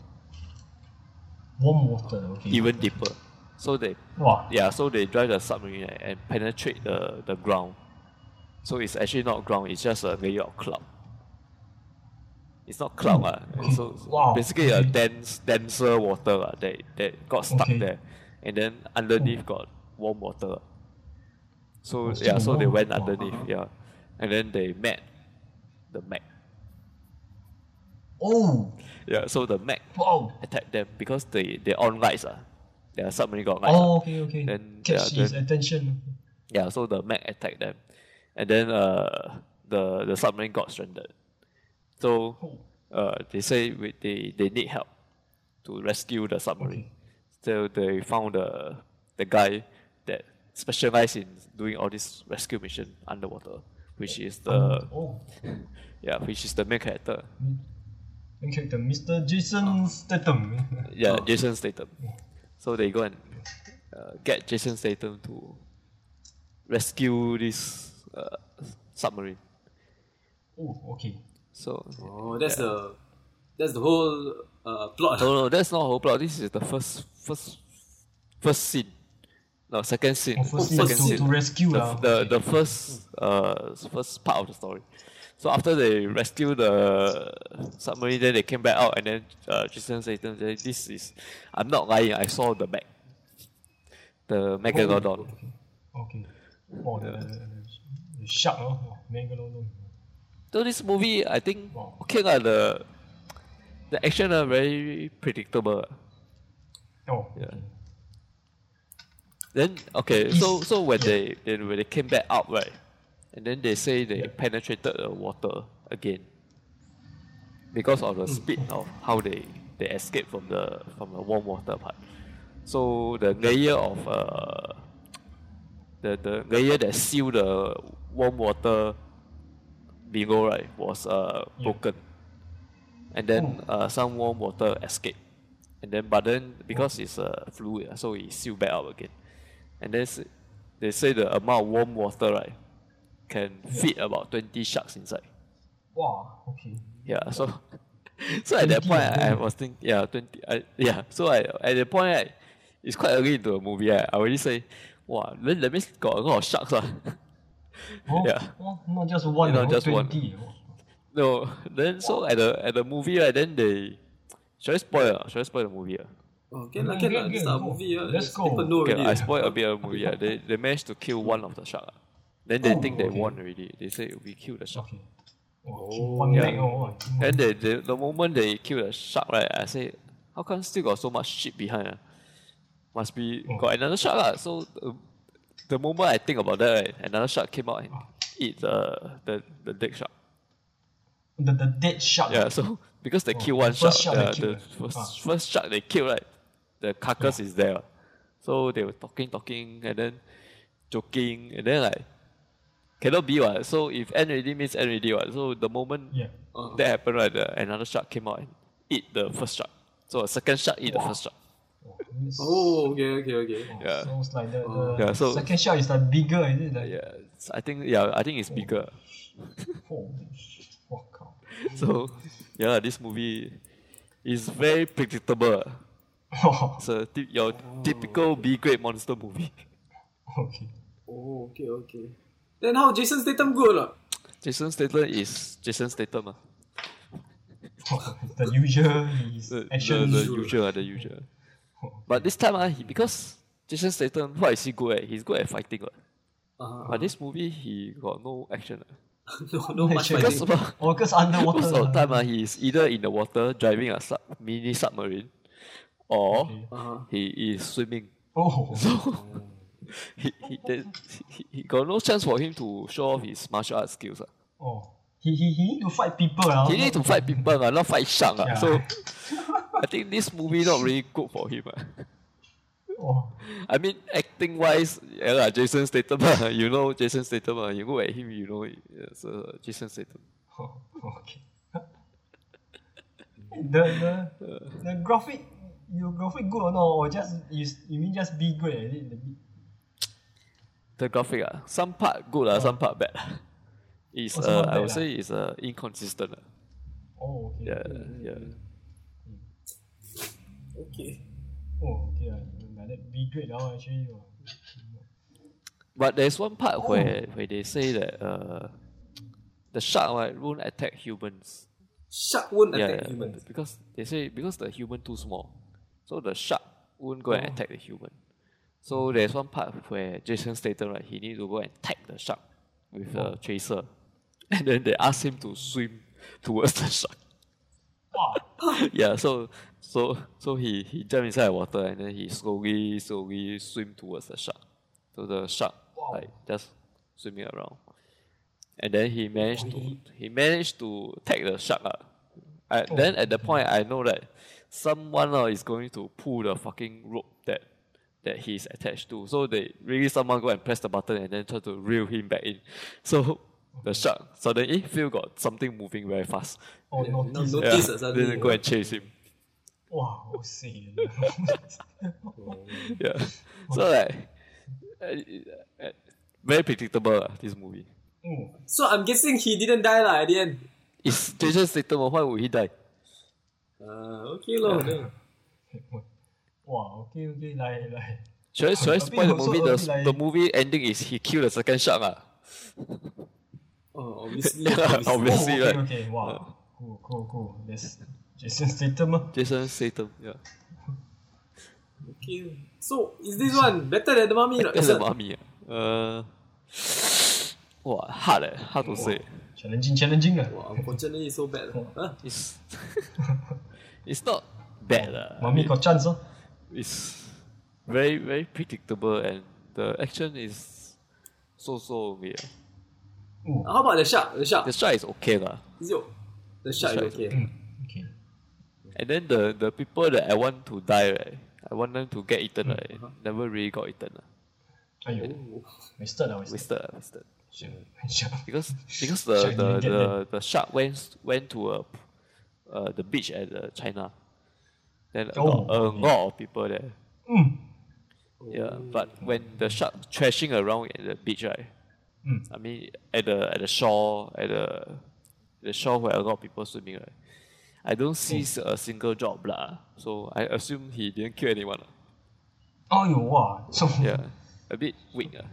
Speaker 2: Warm water, okay.
Speaker 3: even deeper. So they
Speaker 2: Wow.
Speaker 3: yeah, so they drive the submarine and- and penetrate the, the ground. So it's actually not ground, it's just a layer of cloud. It's not cloud, ah. so so
Speaker 2: Wow,
Speaker 3: basically a
Speaker 2: okay.
Speaker 3: dense denser water ah, that, that got stuck
Speaker 2: Okay.
Speaker 3: there. And then underneath got warm water. So
Speaker 2: Oh,
Speaker 3: yeah,
Speaker 2: still
Speaker 3: so they
Speaker 2: warm.
Speaker 3: went
Speaker 2: Wow.
Speaker 3: underneath, yeah. And then they met the Mac.
Speaker 2: Oh,
Speaker 3: Yeah, so the Mac
Speaker 2: wow.
Speaker 3: attacked them because they, they on lights, ah. their submarine got lights. ah.
Speaker 2: Oh, okay, okay.
Speaker 3: Then,
Speaker 2: Catch
Speaker 3: yeah,
Speaker 2: his
Speaker 3: then-
Speaker 2: attention.
Speaker 3: Yeah, so the Mac attacked them, and then uh, the the submarine got stranded. So
Speaker 2: Oh,
Speaker 3: uh, they say we, they they need help to rescue the submarine.
Speaker 2: Okay.
Speaker 3: So they found the the guy that specialized in doing all this rescue mission underwater, which is the
Speaker 2: oh.
Speaker 3: yeah, which is the main character.
Speaker 2: Main character, Mr. Jason
Speaker 3: <laughs>
Speaker 2: Statham.
Speaker 3: Yeah,
Speaker 1: Oh.
Speaker 3: Jason Statham. So they go and uh, get Jason Statham to rescue this uh, submarine.
Speaker 2: oh, okay.
Speaker 3: So
Speaker 1: Oh, that's the that's the whole uh, plot.
Speaker 3: No, no, that's not whole plot. This is the first, first, first scene. No, second scene.
Speaker 2: Oh, first
Speaker 1: scene
Speaker 3: second
Speaker 1: to-
Speaker 3: scene.
Speaker 2: to rescue
Speaker 3: the,
Speaker 2: lah.
Speaker 3: the,
Speaker 2: Okay.
Speaker 3: the first, uh, first part of the story. So after they rescue the submarine, then they came back out, and then uh, Jason Statham said, "This is, I'm not lying. I saw the back, the megalodon."
Speaker 2: Okay. Oh, the, the, the shark, oh, oh, megalodon.
Speaker 3: So this movie, I think,
Speaker 2: Wow.
Speaker 3: okay lah. The the action are very predictable.
Speaker 2: Oh,
Speaker 3: Yeah.
Speaker 2: okay.
Speaker 3: Then okay, so
Speaker 2: Is-
Speaker 3: so when
Speaker 2: yeah.
Speaker 3: they then when they came back up, right, and then they say they penetrated the water again because of
Speaker 2: Mm.
Speaker 3: the speed of how they they escaped from the from the warm water part. So the layer of uh, the the layer that sealed the warm water below right was
Speaker 2: Yeah.
Speaker 3: uh,
Speaker 2: Oh.
Speaker 3: broken, and then uh, some warm water escaped, and then but then because it's uh, fluid, uh, so it sealed back up again, and then s- they say the amount of warm water right can fit about twenty sharks inside.
Speaker 2: Wow, okay.
Speaker 3: Yeah, so <laughs> so at that
Speaker 2: 20
Speaker 3: point,
Speaker 2: ah,
Speaker 3: I, I was thinking, yeah, twenty. I, yeah, so I at that point, I, it's quite early into the movie. I, I already say, wow, then that means got a lot of sharks, ah." lah.
Speaker 2: Oh,
Speaker 3: Yeah.
Speaker 2: oh, not just one,
Speaker 3: Not
Speaker 2: oh,
Speaker 3: just one.
Speaker 2: 20, oh.
Speaker 3: <laughs> No, then so at the at the movie, right, then they should I spoil? ah? Should I spoil the movie? ah?
Speaker 1: Oh, can lah,
Speaker 2: No,
Speaker 1: can
Speaker 2: okay,
Speaker 1: lah. This
Speaker 2: okay,
Speaker 1: our
Speaker 2: go.
Speaker 1: movie. ah.
Speaker 2: Let's go.
Speaker 1: People know
Speaker 3: Okay,
Speaker 1: already.
Speaker 3: I spoil a bit of the movie. ah. They they managed to kill one of the shark. ah. Then they
Speaker 2: Oh,
Speaker 3: think they
Speaker 2: okay.
Speaker 3: won already. They say we killed the shark.
Speaker 2: Okay. Oh, king- one
Speaker 3: yeah.
Speaker 2: leg, oh. oh.
Speaker 3: Then they, they, the moment they kill the shark, right, I say, how come still got so much shit behind? ah? Must be
Speaker 2: Oh.
Speaker 3: got another shark. lah. So uh, the moment I think about that, right, another shark came out and eat the the, the dead shark.
Speaker 2: The, the dead shark.
Speaker 3: Yeah, so <laughs> because they
Speaker 2: Oh,
Speaker 3: kill one
Speaker 2: the first
Speaker 3: shark,
Speaker 2: shark
Speaker 3: the,
Speaker 2: they killed,
Speaker 3: the
Speaker 2: right?
Speaker 3: first,
Speaker 2: Ah.
Speaker 3: first shark they killed, right, the carcass is there. ah. So they were talking, talking, and then joking, and then like, cannot be what. So if end already means end already what. So the moment
Speaker 2: Yeah.
Speaker 1: Oh,
Speaker 3: that happened, right, the, another shark came out and eat the first shark. So a second shark eat
Speaker 2: Wow.
Speaker 3: the first shark.
Speaker 2: Oh, this-
Speaker 1: Oh, okay, okay, okay.
Speaker 2: oh,
Speaker 3: yeah.
Speaker 2: So it's like the, the
Speaker 1: Oh.
Speaker 3: Yeah, so-
Speaker 2: second shark is like bigger, is it? Like,
Speaker 3: Yeah, it's- I think yeah, I think it's bigger. <laughs>
Speaker 2: Oh, oh, cow.
Speaker 3: So yeah, this movie is very predictable.
Speaker 2: Oh,
Speaker 3: It's a typ your typical B grade monster movie.
Speaker 2: <laughs>
Speaker 3: <laughs>
Speaker 2: okay. <laughs>
Speaker 1: Oh, okay, okay. Then how Jason Statham good lah?
Speaker 3: Jason Statham is Jason Statham. ah.
Speaker 2: Oh, the usual is
Speaker 3: The, the,
Speaker 2: action. Oh.
Speaker 3: the
Speaker 1: Sure.
Speaker 3: usual, ah, the usual. But this time, ah, he, because Jason Statham, what is he good at? He's good at fighting. what.
Speaker 1: Uh,
Speaker 2: Uh-huh.
Speaker 3: But this movie, he got no action. ah.
Speaker 1: no, <laughs>
Speaker 2: <laughs>
Speaker 1: no much
Speaker 2: Actually,
Speaker 3: Because ah,
Speaker 1: fighting.
Speaker 3: about,
Speaker 2: Oh, because underwater.
Speaker 3: most of the time, ah, he is either in the water driving a sub, mini submarine, or
Speaker 2: Okay.
Speaker 1: Uh-huh.
Speaker 3: he is swimming.
Speaker 2: Oh,
Speaker 3: He, he, there- he, he got no chance for him to show off his martial arts skills. ah.
Speaker 2: oh. He, he, he need to fight people. ah,
Speaker 3: He need to
Speaker 2: not-
Speaker 3: fight people, ah, not fight shark. ah.
Speaker 2: Yeah.
Speaker 3: So I think this movie not really good for him. ah.
Speaker 2: Oh,
Speaker 3: I mean, acting wise, yeah, lah, Jason Statham, ah, you know Jason Statham. ah, You look at him, you know it's, uh, Jason Statham.
Speaker 2: oh, okay. <laughs> the, the, the graphic, your graphic good or not? Or just, you, you mean just be good at it? The B-
Speaker 3: The graphic, ah, some part good, ah, some part bad. ah. It's,
Speaker 2: Oh, some
Speaker 3: uh,
Speaker 2: part
Speaker 3: I
Speaker 2: bad
Speaker 3: would
Speaker 2: ah.
Speaker 3: say it's uh, inconsistent. ah.
Speaker 2: Oh, okay.
Speaker 3: Yeah,
Speaker 1: Mm.
Speaker 3: yeah.
Speaker 1: Okay.
Speaker 2: Oh, okay. ah, Like that be great now, actually. oh.
Speaker 3: But there's one part where, where they say that uh, the shark right, won't attack humans.
Speaker 1: Shark won't
Speaker 3: Yeah,
Speaker 1: attack
Speaker 3: yeah,
Speaker 1: humans.
Speaker 3: because they say because the human too small, so the shark won't go and
Speaker 2: Oh.
Speaker 3: attack the human. So there's one part where Jason Statham right, he need to go and tag the shark with a chaser, <laughs> and then they ask him to swim towards the shark.
Speaker 2: Wow.
Speaker 3: <laughs> yeah, so so so he he jump inside the water and then he slowly slowly swim towards the shark. So the shark
Speaker 2: Wow.
Speaker 3: like just swimming around, and then he managed to he managed to tag the shark up. I,
Speaker 2: Oh.
Speaker 3: Then at the point I know that someone uh, is going to pull the fucking rope that that he's attached to. So they really someone go and press the button and then try to reel him back in. <laughs> So the shark suddenly feel got something moving very fast.
Speaker 2: Oh,
Speaker 1: Yeah,
Speaker 2: no,
Speaker 1: no-
Speaker 2: this-
Speaker 1: no-
Speaker 3: Yeah,
Speaker 1: Notice, uh, suddenly.
Speaker 3: then go and chase him.
Speaker 2: Wow, <laughs> oh, see.
Speaker 3: <laughs> yeah. So like, uh, uh, very predictable ah, this movie.
Speaker 2: oh,
Speaker 1: So I'm guessing he didn't die lah at the end.
Speaker 3: It's Jason Statham. Why would he die?
Speaker 1: Uh, okay lor. then.
Speaker 2: wow, okay, okay, like, like.
Speaker 3: Should I, should I
Speaker 2: A bit <laughs>
Speaker 3: spoil the
Speaker 2: also
Speaker 3: movie? The,
Speaker 2: a bit like-
Speaker 3: the movie ending is he killed the second shark. Ah. <laughs>
Speaker 1: Oh, obviously.
Speaker 3: Yeah,
Speaker 1: obviously.
Speaker 3: Obviously,
Speaker 2: oh, okay,
Speaker 3: right?
Speaker 2: okay, wow. Cool, cool, cool. That's Jason Statham. ah.
Speaker 3: Jason Statham. Yeah.
Speaker 1: Okay. So is this one better than the mummy? lah?
Speaker 3: That's
Speaker 1: Is it?
Speaker 3: the mummy. ah. Uh, wow, hard. Eh, hard to say.
Speaker 2: Challenging, challenging. ah.
Speaker 1: Wow, unfortunately, it's so bad. lah. Huh?
Speaker 3: It's <laughs> it's not bad. lah. I
Speaker 2: Mummy
Speaker 3: mean,
Speaker 2: got chance. Oh.
Speaker 3: it's very very predictable and the action is so so. Yeah.
Speaker 2: Ooh,
Speaker 1: How about the shark? The shark.
Speaker 3: The shark is okay lah.
Speaker 1: Is it? The shark
Speaker 3: shark
Speaker 1: is
Speaker 3: is
Speaker 1: okay.
Speaker 2: Hmm, okay.
Speaker 3: And then the, the people that I want to die, right? I want them to get eaten, right? Never really got eaten. lah.
Speaker 2: Ayo,
Speaker 3: Mm.
Speaker 1: Oh,
Speaker 2: wasted lah, wasted.
Speaker 3: Wasted, ah, wasted.
Speaker 2: Sure, sure.
Speaker 3: <laughs>
Speaker 2: <laughs>
Speaker 3: Because because the,
Speaker 2: Shark
Speaker 3: the,
Speaker 2: didn't get
Speaker 3: the, the shark went went to a, p- uh, the beach at uh, China. Then a, lot,
Speaker 2: Oh,
Speaker 3: a lot of people there.
Speaker 2: Mm.
Speaker 3: Yeah, but when the shark thrashing around at the beach, right?
Speaker 2: Mm.
Speaker 3: I mean, at the at the shore, at the the shore where a lot of people swimming, right? I don't see s- a single job lah. So I assume he didn't kill anyone. lah.
Speaker 2: Oh, you wow. So <laughs>
Speaker 3: Yeah, a bit weak. ah.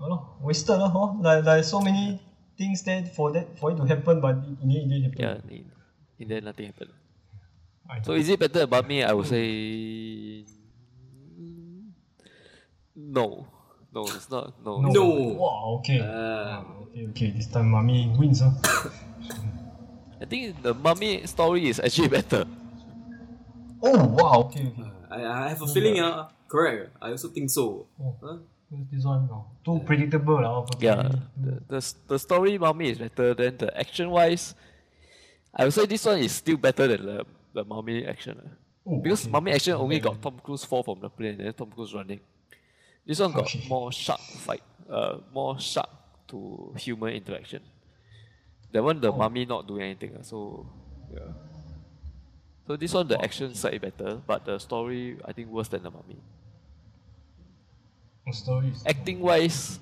Speaker 2: Well, wasted lah, huh? Like like so many things there for that for it to happen, but in the end it didn't happen.
Speaker 3: Yeah, in, in the end nothing happened.
Speaker 2: I
Speaker 3: So
Speaker 2: don't-
Speaker 3: is it better about me? I would say mm, no, no, it's not. No, Um,
Speaker 1: No.
Speaker 2: Wow. Okay.
Speaker 1: Uh,
Speaker 2: okay. Okay. This time, mommy wins, ah.
Speaker 3: <coughs>
Speaker 2: huh?
Speaker 3: I think the mummy story is actually <laughs> better.
Speaker 2: Oh wow. Okay. Okay.
Speaker 3: Uh,
Speaker 1: I, I have a feeling, uh, correct. I also think so.
Speaker 2: Oh,
Speaker 1: Huh?
Speaker 2: this one oh, too predictable lah. oh,
Speaker 3: Uh, Yeah,
Speaker 2: okay.
Speaker 3: the, the s- the story mummy is better than the action wise. I would say this one is still better than the the mummy action. ah.
Speaker 2: Oh,
Speaker 3: Because
Speaker 2: okay.
Speaker 3: mummy action only got Tom Cruise fall from the plane and then Tom Cruise running. This one got
Speaker 2: Okay.
Speaker 3: more sharp fight, uh, more sharp to human interaction. That one the mummy not doing anything, ah, so yeah. So this one the action side better, but the story I think worse than the mummy.
Speaker 2: The story is-
Speaker 3: Acting wise,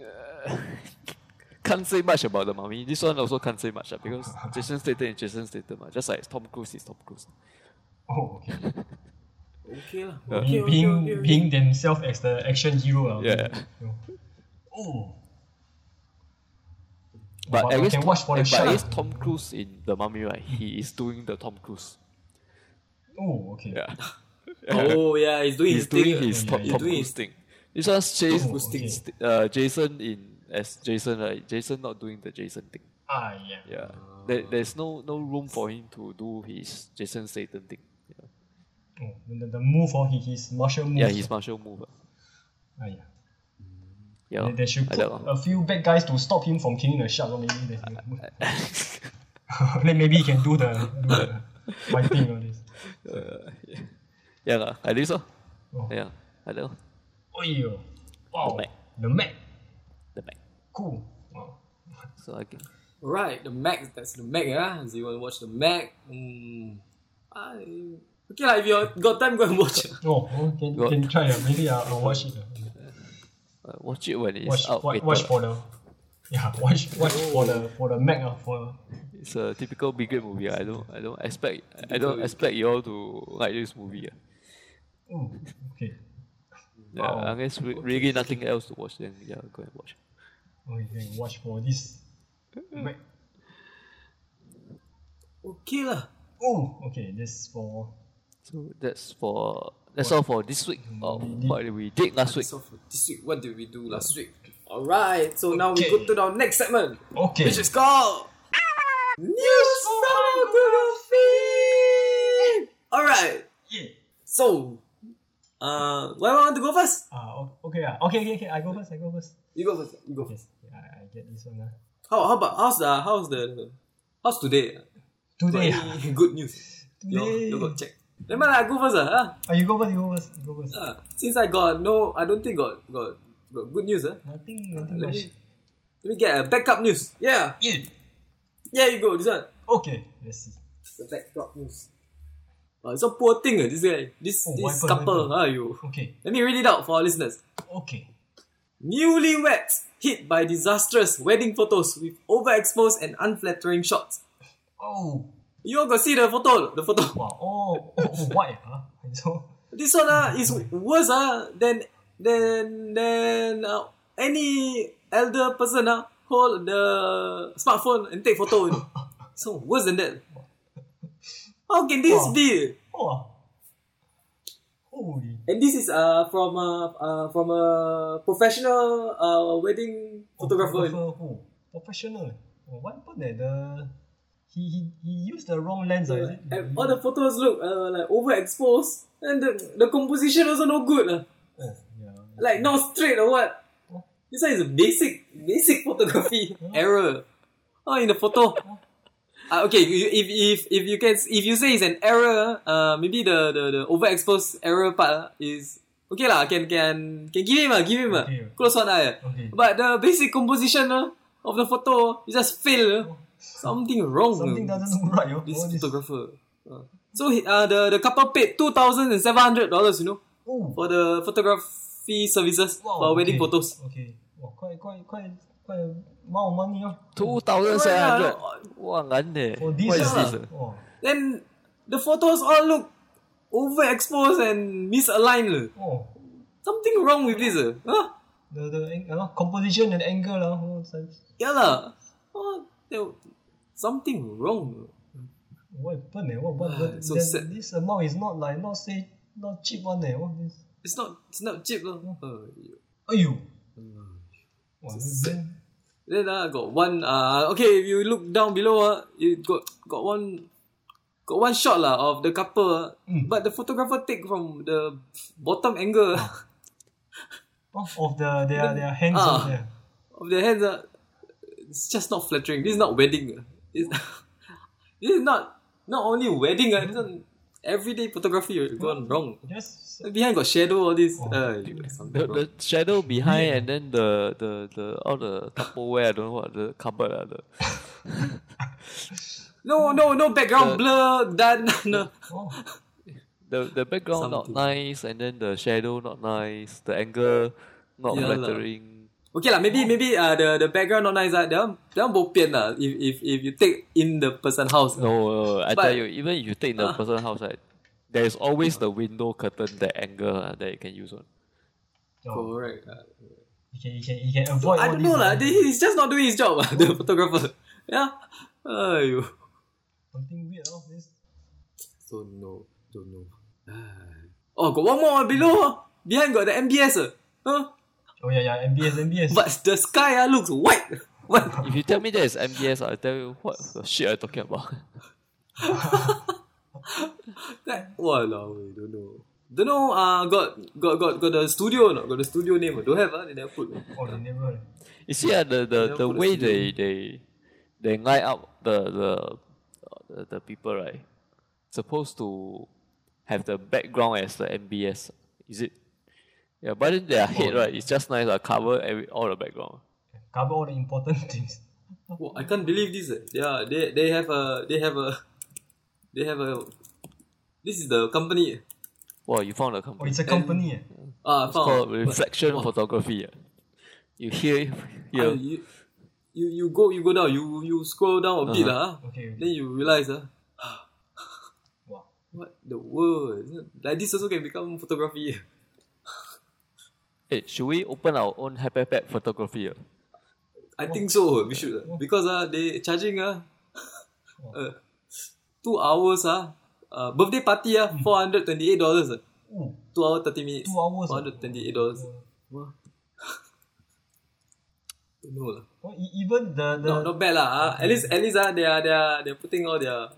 Speaker 3: uh, <laughs> can't say much about the mummy. This one also can't say much ah, because Jason Statham is Jason Statham, ah, just like Tom Cruise is Tom Cruise.
Speaker 2: Oh, okay.
Speaker 1: Okay lah.
Speaker 3: Yeah.
Speaker 1: Okay, okay,
Speaker 2: being
Speaker 1: okay, okay.
Speaker 2: being themselves as the action hero. lah, okay.
Speaker 3: Yeah.
Speaker 2: Oh.
Speaker 3: But,
Speaker 2: But
Speaker 3: at
Speaker 2: we
Speaker 3: least
Speaker 2: can
Speaker 3: Tom,
Speaker 2: watch for the
Speaker 3: eh, but at
Speaker 2: shark.
Speaker 3: least Tom Cruise in The Mummy, right? He is doing the Tom Cruise.
Speaker 2: Oh, okay.
Speaker 3: <laughs> Yeah.
Speaker 1: Oh yeah, he's doing
Speaker 3: He's
Speaker 1: his thing.
Speaker 3: doing his
Speaker 2: yeah,
Speaker 3: Tom,
Speaker 2: yeah.
Speaker 1: He's doing
Speaker 3: Tom Cruise
Speaker 1: his-
Speaker 3: thing. This one's Chase,
Speaker 2: Oh, okay.
Speaker 3: st- uh, Jason in as Jason, right? Jason not doing the Jason thing.
Speaker 2: Ah, yeah.
Speaker 3: Yeah. There,
Speaker 2: Ah.
Speaker 3: there's no, no room for him to do his Jason Statham thing. Yeah,
Speaker 2: Oh, the, the move or he, his martial move.
Speaker 3: yeah his martial move. ah.
Speaker 2: Ah, yeah.
Speaker 3: Yeah.
Speaker 2: They, they should put
Speaker 3: I don't know.
Speaker 2: a few bad guys to stop him from killing the shark, or maybe they
Speaker 3: <laughs>
Speaker 2: <laughs> then maybe he can do the, do the fighting all this.
Speaker 3: Uh, yeah. <laughs> Yeah, lah, I think so.
Speaker 2: Oh,
Speaker 3: Yeah. I don't know.
Speaker 2: Oyo. Wow.
Speaker 3: The Mac.
Speaker 2: The Mac.
Speaker 3: The Mac.
Speaker 2: Cool. Wow.
Speaker 3: So I can,
Speaker 1: Right, the Mac. That's the Mac, yeah. So you want to watch the Mac? Mm. I okay lah. If you got time, go and watch. <laughs>
Speaker 2: Oh, oh can,
Speaker 3: Got-
Speaker 2: can try. Uh, maybe I'll, I'll watch it. Uh.
Speaker 3: uh, watch it when it's
Speaker 2: watch,
Speaker 3: out.
Speaker 2: watch,
Speaker 3: later
Speaker 2: watch
Speaker 3: lah.
Speaker 2: for the yeah <laughs> watch watch for the for the Mac uh, for
Speaker 3: It's a typical B grade movie. I don't I don't expect I don't expect you all to like this movie. ah.
Speaker 2: oh, okay
Speaker 3: Yeah,
Speaker 2: Wow.
Speaker 3: unless re- really nothing else to watch, then yeah, go and watch.
Speaker 2: okay then Oh, watch for this Mac
Speaker 1: Okay lah.
Speaker 2: oh okay this for
Speaker 3: So that's for that's all for this week of what we did last week.
Speaker 1: So for this week, what did we do last week? All right. So now we
Speaker 2: Okay.
Speaker 1: go to our next segment,
Speaker 2: okay
Speaker 1: which is called News from the Feed. All right.
Speaker 2: yeah
Speaker 1: So, uh, why I want to go first?
Speaker 2: uh, o- okay ah okay okay okay I go first I go first
Speaker 1: You go first. You go first.
Speaker 2: yes I, I get this one ah
Speaker 1: How how about how's the how's the how's today?
Speaker 2: today ah,
Speaker 1: Got any <laughs> good news.
Speaker 2: today
Speaker 1: You, you got check. Never mind, I go first. Ah, huh?
Speaker 2: Ah, you go first you go first you go first
Speaker 1: Ah, since I got no, I don't think got got, got good news. Ah,
Speaker 2: nothing nothing
Speaker 1: let
Speaker 2: much
Speaker 1: me let me get a backup news. Yeah,
Speaker 2: yeah
Speaker 1: yeah, you go. This one
Speaker 2: okay let's see
Speaker 1: the backup news. Uh, it's a poor thing. ah, this guy, this
Speaker 2: Oh,
Speaker 1: this
Speaker 2: wiper,
Speaker 1: couple.
Speaker 2: wiper.
Speaker 1: Ah, you.
Speaker 2: okay
Speaker 1: Let me read it out for our listeners.
Speaker 2: okay
Speaker 1: Newlyweds hit by disastrous wedding photos with overexposed and unflattering shots.
Speaker 2: oh
Speaker 1: You all got see the photo? The photo. <laughs>
Speaker 2: wow oh oh, oh why ah <laughs> so
Speaker 1: This one ah is worse ah than than than uh, any elder person ah hold the smartphone and take photo. you
Speaker 2: <laughs>
Speaker 1: know. so worse than that. How can this
Speaker 2: Wow.
Speaker 1: be?
Speaker 2: oh holy
Speaker 1: And this is uh from a uh, from a professional uh wedding photographer. you know.
Speaker 2: Photographer who? Professional. Oh, what happened there? The he he, he used the wrong lens. uh, is it?
Speaker 1: And all the photos look uh, like overexposed, and the the composition also no good lah.
Speaker 2: oh, yeah.
Speaker 1: Like not straight or what? This one is a basic basic photography error. Oh, in the photo. Uh, okay, you- if if if you can if you say it's an error, uh, maybe the the, the overexposed error part uh, is okay lah. Can can can give him a give him a
Speaker 2: Okay.
Speaker 1: close one eye. ah.
Speaker 2: Okay.
Speaker 1: But the basic composition uh, of the photo is just fail. ah. Something wrong.
Speaker 2: Something
Speaker 1: ah.
Speaker 2: doesn't look right. Oh.
Speaker 1: This
Speaker 2: All this-
Speaker 1: photographer. Uh, so he- uh, the the couple paid two thousand and seven hundred dollars. You know
Speaker 2: Oh,
Speaker 1: for the photography services
Speaker 2: wow,
Speaker 1: for wedding
Speaker 2: okay.
Speaker 1: photos.
Speaker 2: Okay. Wow, quite quite quite quite a amount of money. Oh.
Speaker 3: Two thousand
Speaker 1: Why
Speaker 3: seven
Speaker 1: not?
Speaker 3: hundred. What eh?
Speaker 2: For
Speaker 3: What
Speaker 2: this,
Speaker 3: is
Speaker 2: ah.
Speaker 3: this? ah?
Speaker 2: Oh.
Speaker 1: uh, Then the photos all look overexposed and misaligned. lah.
Speaker 2: oh.
Speaker 1: Something wrong with this. Uh. Huh?
Speaker 2: The, the ang- uh, composition and angle. Uh, oh, it's-
Speaker 1: Yeah lah. What? There- Something wrong. uh.
Speaker 2: what happened? Eh? What, what,
Speaker 1: Ah,
Speaker 2: what,
Speaker 1: So
Speaker 2: then
Speaker 1: sad.
Speaker 2: This amount is not like, not say, not cheap one. Eh? What this?
Speaker 1: It's not. It's not cheap lah. Uh,
Speaker 2: Oh, you.
Speaker 3: Hmm.
Speaker 2: Wow, then,
Speaker 1: Then ah got one uh okay if you look down below ah you got got one got one shot lah of the couple ah.
Speaker 2: Mm.
Speaker 1: but the photographer take from the bottom angle
Speaker 2: oh, of the, their, their hands.
Speaker 1: Ah.
Speaker 2: Ah. There.
Speaker 1: of their hands ah it's just not flattering this is not wedding ah. it's, <laughs> this is not not only wedding ah this one everyday photography ah, gone wrong
Speaker 2: Just
Speaker 1: behind got shadow all this
Speaker 2: Oh.
Speaker 1: uh, something
Speaker 3: The,
Speaker 1: wrong.
Speaker 3: the shadow behind and then the, the, the all the Tupperware, I don't know what the cupboard ah, the,
Speaker 1: no no no background
Speaker 3: The-
Speaker 1: blur done <laughs> no
Speaker 2: Oh,
Speaker 3: the the background
Speaker 1: Something.
Speaker 3: not nice and then the shadow not nice, the angle not
Speaker 1: Yeah lah.
Speaker 3: flattering.
Speaker 1: Okay lah, maybe maybe uh, the the background not nice ah. That one that one bo pian lah. If if if you take in the person house.
Speaker 3: No, I
Speaker 1: But-
Speaker 3: tell you, even if you take the
Speaker 1: Ah.
Speaker 3: person house right, there is always the window curtain, that angle ah, that you can use on.
Speaker 2: no.
Speaker 1: Correct. ah.
Speaker 2: You can, you can, you can avoid
Speaker 1: I
Speaker 2: all
Speaker 1: don't
Speaker 2: this,
Speaker 1: know lah.
Speaker 2: ah.
Speaker 1: They- He's just not doing his job. <laughs> ah, the photographer. Yeah. Aiyo.
Speaker 2: Something weird. Oh, this.
Speaker 1: So no, don't know. <sighs> Oh, got one more ah, below. ah. Behind got the MBS. ah. Huh?
Speaker 2: Oh, yeah, yeah. MBS, MBS.
Speaker 1: But the sky ah looks white. What?
Speaker 3: If you tell me that is MBS, I'll tell you what the shit I'm talking about. <laughs>
Speaker 1: That walao, eh, don't know. Don't know. Uh, got got got got the studio or not? Got the studio name? ah? Don't have ah. They never put.
Speaker 2: oh, they never.
Speaker 3: You see, uh, the the,
Speaker 1: Never
Speaker 3: the
Speaker 1: put a
Speaker 3: way
Speaker 1: studio.
Speaker 3: they they they line up the the the, the people right, supposed to have the background as the MBS, is it? Yeah, but then their head right, it's just nice. Uh, cover every all the background.
Speaker 2: Cover all the important <laughs> things.
Speaker 1: Wow, I can't believe this. eh. Yeah, they they have a they have a they have a. This is the company. eh.
Speaker 3: Wow, you found a
Speaker 2: Oh,
Speaker 3: company.
Speaker 2: it's a company. eh?
Speaker 1: Ah, I
Speaker 3: It's called
Speaker 1: found.
Speaker 3: Reflection Photography. ah. You hear
Speaker 1: Ah,
Speaker 3: here.
Speaker 1: you, you you go you go down. You you scroll down a bit
Speaker 3: Uh-huh.
Speaker 1: lah. ah.
Speaker 2: Okay.
Speaker 1: Then you realize ah,
Speaker 2: Wow.
Speaker 1: what the world? Like this also can become photography. eh.
Speaker 3: Hey, should we open our own Happy Pet Photography? ah?
Speaker 1: I think so. We should ah. because ah they charging ah. <laughs> Uh, two hours ah. Uh, birthday party ah, four hundred twenty eight dollars. ah.
Speaker 2: Ooh,
Speaker 1: Two hour thirty minutes.
Speaker 2: two hours.
Speaker 1: Four
Speaker 2: ah.
Speaker 1: hundred twenty eight dollars. Don't know lah.
Speaker 2: Oh, e- even the, the
Speaker 1: No, not bad lah. ah. At least, at least ah, they are, they are, they're putting all their.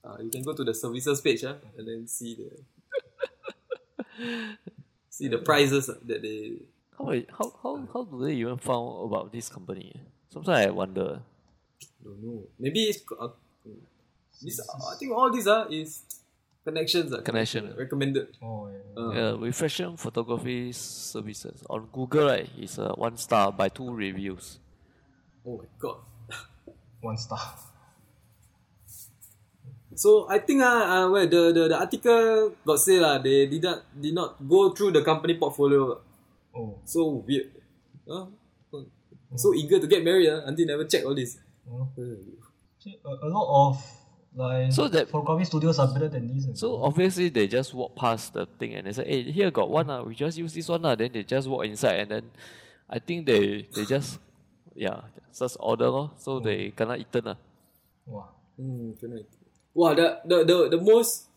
Speaker 1: Uh, you can go to the services page ah, and then see the <laughs> see the prices ah, that they.
Speaker 3: How, I- how, how, how do they even found about this company? ah? Sometimes I wonder.
Speaker 1: Don't know. Maybe it's, co- uh, this, I think all these ah is connections ah.
Speaker 3: Connection.
Speaker 1: recommended.
Speaker 2: Oh, yeah.
Speaker 1: Uh,
Speaker 3: Yeah, reflection photography services on Google, right? It's a one star by two reviews.
Speaker 1: Oh my god.
Speaker 2: one star.
Speaker 1: So I think ah, uh, where the, the the article got say lah, they did not did not go through the company portfolio.
Speaker 2: Oh,
Speaker 1: So weird. Huh? So eager to get married uh, until never check all this.
Speaker 2: oh.
Speaker 1: Hmm,
Speaker 2: See, a, a lot of like
Speaker 3: So that-
Speaker 2: photography studios are better than these. eh.
Speaker 3: So obviously they just walk past the thing and they say, "Hey, here got one. Uh, we just use this one. Uh. Then they just walk inside and then, I think they they just, yeah, just order lor. So they kena eaten ah. lah.
Speaker 2: wow.
Speaker 1: Hmm, kena. Wow, the, the, the, the most,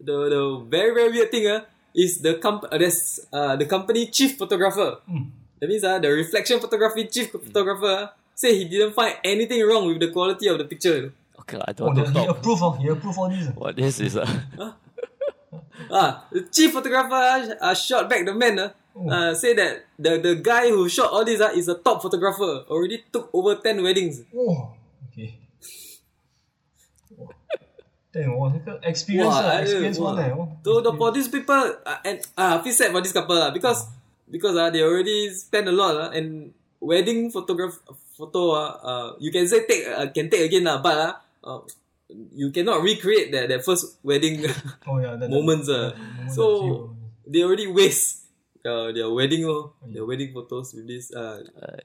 Speaker 1: the, the very, very weird thing uh, is the comp- uh, there's, uh, the company chief photographer.
Speaker 2: Mm.
Speaker 1: That means uh, the reflection photography chief photographer uh, said he didn't find anything wrong with the quality of the picture.
Speaker 3: Okay, lah, I
Speaker 2: Oh, the,
Speaker 3: don't want to
Speaker 2: he <laughs>
Speaker 3: talk.
Speaker 2: approved. Oh, he approved all these. eh.
Speaker 3: What this is uh,
Speaker 1: Ah, the chief photographer uh, shot back the man. Uh, uh, say that the, the guy who shot all this uh, is a top photographer. Already took over 10 weddings.
Speaker 2: Oh, okay. Wow. Damn, wow, 那个 experience
Speaker 1: Wah,
Speaker 2: ah,
Speaker 1: I-
Speaker 2: experience
Speaker 1: wah.
Speaker 2: one eh. oh.
Speaker 1: So the, for these people, uh, and uh, I feel sad for this couple lah because because uh, they already spend a lot uh, and wedding photograph photo uh, uh, you can say take uh, can take again lah but uh, uh, you cannot recreate that, that first wedding <laughs>
Speaker 2: Oh yeah, the, the
Speaker 1: moments uh.
Speaker 2: moment
Speaker 1: so
Speaker 2: of you.
Speaker 1: they already waste their, their wedding, oh, their wedding photos with this. Uh,
Speaker 3: Uh,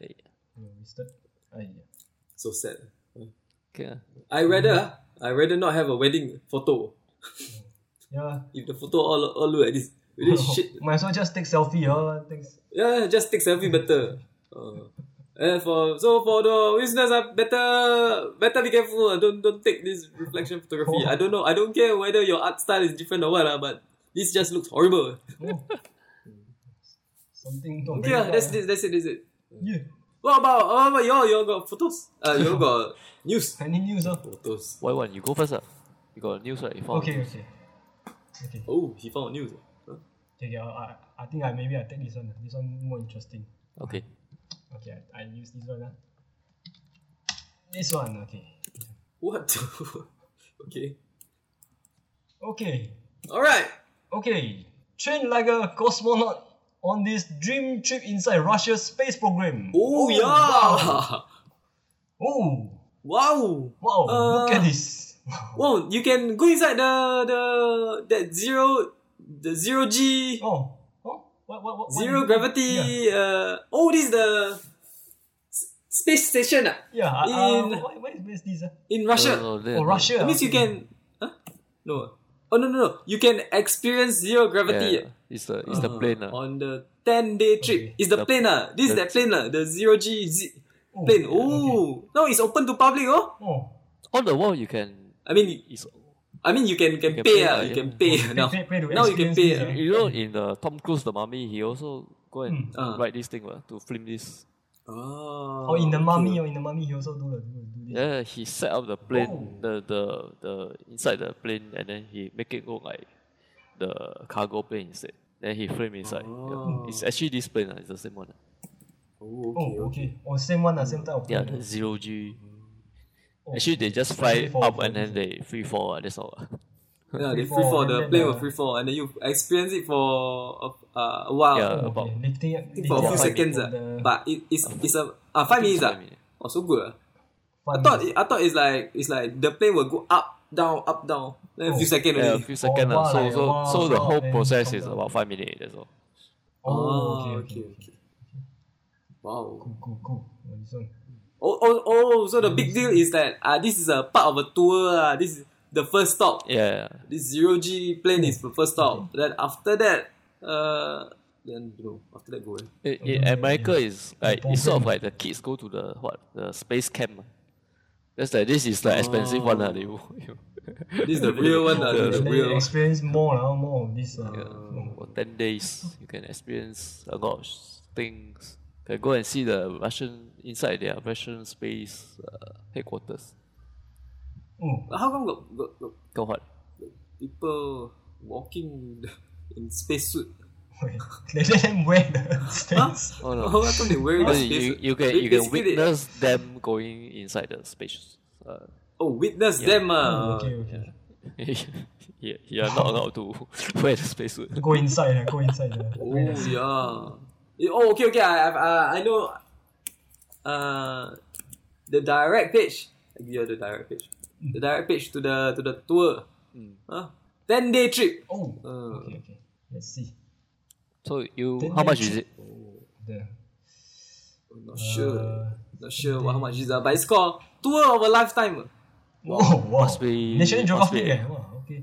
Speaker 2: Mm, wasted. Aiya.
Speaker 1: so sad.
Speaker 3: okay. ah.
Speaker 1: I
Speaker 2: Mm-hmm.
Speaker 1: rather, I rather not have a wedding photo.
Speaker 2: Yeah.
Speaker 1: If the photo all, all look like this, with
Speaker 2: <laughs>
Speaker 1: this shit.
Speaker 2: Might as well just take selfie, huh? Thanks.
Speaker 1: Yeah, just take selfie better. Uh, eh, for so for the listeners, uh, better better be careful. ah. don't don't take this reflection photography. I don't know. I don't care whether your art style is different or what. Uh, but this just looks horrible.
Speaker 2: Oh. Something don't
Speaker 1: Okay, ah, that's it. That's it. That's it.
Speaker 2: Yeah.
Speaker 1: What about what about y'all? Y'all got photos? Uh, y'all got <laughs> news?
Speaker 2: Any news, huh?
Speaker 1: Photos.
Speaker 3: Why one? You go first. ah. You got news right? You found
Speaker 2: Okay,
Speaker 3: news.
Speaker 2: okay. Okay,
Speaker 1: Oh, he found news. Huh?
Speaker 2: okay, okay, I, I I think I maybe I take this one. This one more interesting.
Speaker 3: Okay.
Speaker 2: Okay, I, I use this one. Huh? This one, okay.
Speaker 1: What? <laughs> okay.
Speaker 2: Okay,
Speaker 1: All right.
Speaker 2: okay. Train like a cosmonaut on this dream trip inside Russia's space program.
Speaker 1: Oh, yeah.
Speaker 2: Wow.
Speaker 1: Wow.
Speaker 2: Oh,
Speaker 1: Wow.
Speaker 2: wow. Look at
Speaker 1: Uh,
Speaker 2: this.
Speaker 1: Well, you can go inside the the that zero the zero g
Speaker 2: Oh, oh, what, what, what?
Speaker 1: zero
Speaker 2: what-
Speaker 1: gravity. Uh, oh, this is the s- space station ah,
Speaker 2: Yeah, yeah. Uh,
Speaker 1: In-
Speaker 2: uh, why, why is where's this? Uh?
Speaker 1: in Russia.
Speaker 3: No, no, no,
Speaker 2: Oh,
Speaker 3: no.
Speaker 2: Russia.
Speaker 1: That means you can. Huh? No. Oh no no no! You can experience zero
Speaker 3: uh, Yeah,
Speaker 1: gravity.
Speaker 3: yeah. It's the it's the
Speaker 1: Uh,
Speaker 3: plane. ah.
Speaker 1: On the 10 day trip.
Speaker 2: Okay.
Speaker 1: It's the,
Speaker 3: The-
Speaker 1: plane, ah. This is that
Speaker 3: the-
Speaker 1: plane, ah. The zero G z-
Speaker 2: Oh,
Speaker 1: plane.
Speaker 2: okay.
Speaker 1: Oh, now it's open to public, oh.
Speaker 2: Oh,
Speaker 3: All the while you can.
Speaker 1: I mean,
Speaker 3: It's,
Speaker 1: I mean, you can can
Speaker 3: You can
Speaker 1: pay,
Speaker 3: pay,
Speaker 1: ah.
Speaker 3: ah,
Speaker 1: You
Speaker 3: yeah.
Speaker 1: can
Speaker 2: <laughs>
Speaker 1: pay now.
Speaker 2: pay- pay to
Speaker 1: now you can
Speaker 2: experience
Speaker 1: pay.
Speaker 2: this,
Speaker 1: ah.
Speaker 2: ah.
Speaker 3: you know, in the Tom Cruise the Mummy, he also go and
Speaker 1: Ah.
Speaker 2: Hmm.
Speaker 3: write this thing uh, to film this.
Speaker 1: Oh,
Speaker 2: or in the
Speaker 1: okay.
Speaker 2: mummy, or in the mummy, he also do the do, do this.
Speaker 3: Yeah, he set up the plane,
Speaker 2: Oh.
Speaker 3: the, the the inside the plane, and then he make it look like the cargo plane instead. Then he frame inside.
Speaker 1: Oh.
Speaker 3: Yeah. It's actually this plane. ah, It's the same one. ah.
Speaker 1: Oh, okay.
Speaker 2: Oh,
Speaker 1: okay.
Speaker 2: okay. Or same one, uh, same type of
Speaker 3: Yeah,
Speaker 2: plane.
Speaker 3: the zero G.
Speaker 2: Oh,
Speaker 3: Actually, they just
Speaker 2: Free
Speaker 3: fly
Speaker 2: fall,
Speaker 3: up
Speaker 2: free
Speaker 3: and then
Speaker 2: fall.
Speaker 3: they free fall. ah, That's all. ah.
Speaker 1: Yeah, the
Speaker 2: Free
Speaker 1: free
Speaker 2: fall,
Speaker 1: fall,
Speaker 2: and
Speaker 1: the
Speaker 2: then,
Speaker 1: play
Speaker 2: uh,
Speaker 1: will free fall, and then you experience it for a, uh, a while.
Speaker 3: Yeah.
Speaker 2: Oh,
Speaker 3: about-
Speaker 2: okay. lifting,
Speaker 1: I
Speaker 2: up-
Speaker 1: think for a
Speaker 2: lifting
Speaker 1: few
Speaker 2: up
Speaker 1: seconds,
Speaker 2: from
Speaker 1: ah.
Speaker 2: the
Speaker 1: but it, it's it's a uh, five minutes.
Speaker 3: Five
Speaker 1: ah.
Speaker 3: minutes.
Speaker 1: Oh, so good. ah. I
Speaker 2: front
Speaker 1: thought
Speaker 2: end.
Speaker 1: I thought it's like it's like the plane will go up, down, up, down. Then a few
Speaker 2: Oh.
Speaker 1: seconds
Speaker 3: Yeah, a
Speaker 1: only.
Speaker 3: few seconds.
Speaker 2: wow,
Speaker 3: ah. So
Speaker 2: like,
Speaker 3: so
Speaker 2: wow,
Speaker 3: so the
Speaker 2: wow,
Speaker 3: whole
Speaker 2: then
Speaker 3: process
Speaker 2: come
Speaker 3: is
Speaker 2: down.
Speaker 3: about five minutes. That's all.
Speaker 1: Ah,
Speaker 2: Oh, okay, okay, okay.
Speaker 1: Wow.
Speaker 2: Cool, cool, cool. Oh, this one.
Speaker 1: Oh, oh, oh, so the big deal is that uh, this is a part of a tour. Uh, this is the first stop.
Speaker 3: Yeah. yeah.
Speaker 1: This zero G plane is the first stop. Then after that, uh, then you know, after that go. eh.
Speaker 3: In,
Speaker 2: Okay,
Speaker 3: in
Speaker 2: yeah,
Speaker 3: America,
Speaker 2: yeah.
Speaker 3: is like it's sort of
Speaker 2: program.
Speaker 3: like the kids go to the what the space camp. ah. That's like this is the expensive one. ah, they will-
Speaker 1: Oh.
Speaker 3: <laughs>
Speaker 1: This is the real one. Uh,
Speaker 3: Yeah,
Speaker 1: the
Speaker 2: Then
Speaker 1: real.
Speaker 2: you experience more, uh, more of this. Uh,
Speaker 3: Yeah,
Speaker 2: oh.
Speaker 3: for ten days you can experience a lot of s- things. Can go and see the Russian inside their Russian space uh, headquarters.
Speaker 2: Oh,
Speaker 1: But How come got, got, got
Speaker 3: Go what?
Speaker 1: people walking <laughs> in spacesuit?
Speaker 2: <laughs> wait. They let them wear the space.
Speaker 3: <laughs> Oh no.
Speaker 1: <laughs> Oh, how come they wearing the
Speaker 3: Because you,
Speaker 1: spacesuit?
Speaker 3: you can
Speaker 1: Ba-
Speaker 3: you can
Speaker 1: basically they-
Speaker 3: witness them going inside the space. Uh, <laughs>
Speaker 1: Oh, witness them.
Speaker 2: Oh,
Speaker 1: Uh,
Speaker 2: okay, okay.
Speaker 3: you, you are not allowed to <laughs> wear the spacesuit.
Speaker 2: Go inside, uh, go inside. Uh,
Speaker 1: Oh
Speaker 2: wear the space.
Speaker 1: yeah. Eh, Oh okay okay. I I I- I know. Uh, the direct page. Yeah, the direct page.
Speaker 2: Hmm.
Speaker 1: The direct page to the to the tour.
Speaker 3: Mm.
Speaker 1: Huh? Ten day trip.
Speaker 2: Oh,
Speaker 1: Uh.
Speaker 2: okay, okay. Let's see.
Speaker 3: So you,
Speaker 2: Then
Speaker 3: how
Speaker 2: they
Speaker 3: much
Speaker 2: check-
Speaker 3: is it?
Speaker 2: The,
Speaker 1: I'm not sure.
Speaker 2: uh,
Speaker 1: not sure what, how much is that, but it's called tour of a lifetime.
Speaker 2: Oh, wow.
Speaker 3: Must be-
Speaker 2: National
Speaker 3: must be-
Speaker 2: Geographic, eh? Wow, okay.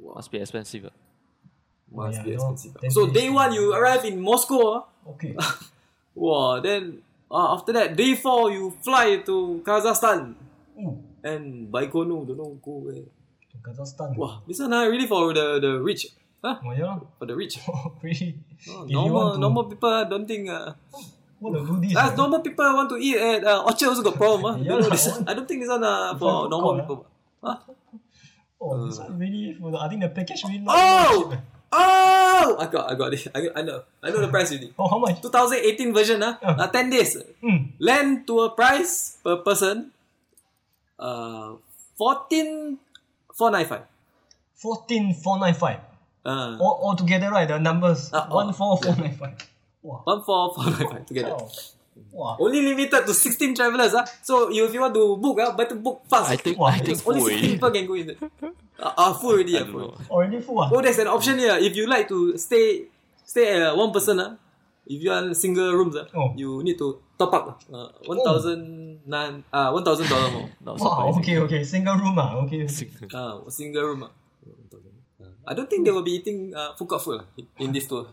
Speaker 1: Wow,
Speaker 3: Must be expensive. ah.
Speaker 1: must
Speaker 2: yeah,
Speaker 1: be
Speaker 2: I know.
Speaker 1: expensive.
Speaker 2: Ten
Speaker 1: So
Speaker 2: days.
Speaker 1: day one you arrive in Moscow. ah. <laughs>
Speaker 2: Okay.
Speaker 1: Wow, then uh, after that, day four, you fly to Kazakhstan
Speaker 2: Ooh,
Speaker 1: and Baikonur, don't know, go where.
Speaker 2: Kazakhstan.
Speaker 1: Wow, this one uh, really for the, the rich, huh?
Speaker 2: Oh, <laughs> yeah.
Speaker 1: For the rich.
Speaker 2: Pretty.
Speaker 1: Oh,
Speaker 2: If you
Speaker 1: normal,
Speaker 2: want to-
Speaker 1: normal people uh, don't think. Uh,
Speaker 2: want to do this?
Speaker 1: ah,
Speaker 2: eh?
Speaker 1: normal people want to eat at uh, Orchard also got problem. Huh?
Speaker 2: <laughs> Yeah,
Speaker 1: Don't know
Speaker 2: lah,
Speaker 1: this-
Speaker 2: one-
Speaker 1: I don't think this one uh,
Speaker 2: If I
Speaker 1: for
Speaker 2: forgot,
Speaker 1: normal
Speaker 2: ah.
Speaker 1: people. Huh?
Speaker 2: Oh, this one really, for the, I think the package really
Speaker 1: Euh.
Speaker 2: not
Speaker 1: Oh!
Speaker 2: much.
Speaker 1: Oh! I got, I got it. I, I know, I know the price already.
Speaker 2: Oh, how much?
Speaker 1: 2018 version, huh?
Speaker 2: Ah.
Speaker 1: Uh, 10 days.
Speaker 2: Mm.
Speaker 1: land to a price per person uh 14 495
Speaker 2: 14495.
Speaker 1: uh
Speaker 2: All, all together, right? The numbers.
Speaker 1: Ah, all-
Speaker 2: 14495. Wow.
Speaker 1: <laughs> 14495 together
Speaker 2: Wow. Wow.
Speaker 1: only limited to 16 travelers ah so you, if you want to book ah better book fast
Speaker 3: I
Speaker 1: <laughs>
Speaker 3: think
Speaker 2: Wow,
Speaker 3: I think
Speaker 1: Because
Speaker 3: full
Speaker 1: only 16
Speaker 3: already.
Speaker 1: people can go in there. uh, uh, full already
Speaker 3: I
Speaker 1: ah,
Speaker 3: don't
Speaker 1: full.
Speaker 3: know.
Speaker 2: Already full, ah?
Speaker 1: oh there's an option here if you like to stay stay at uh, one person, uh, if you are single rooms, uh,
Speaker 2: Oh.
Speaker 1: you need to top up uh, one thousand nine uh one thousand dollar more.
Speaker 3: Not
Speaker 2: Wow,
Speaker 3: surprising.
Speaker 2: okay, okay. Single room, ah, okay.
Speaker 3: Single.
Speaker 1: Uh, a single room. Uh. I don't think they will be eating uh, food court food uh, in, in this tour.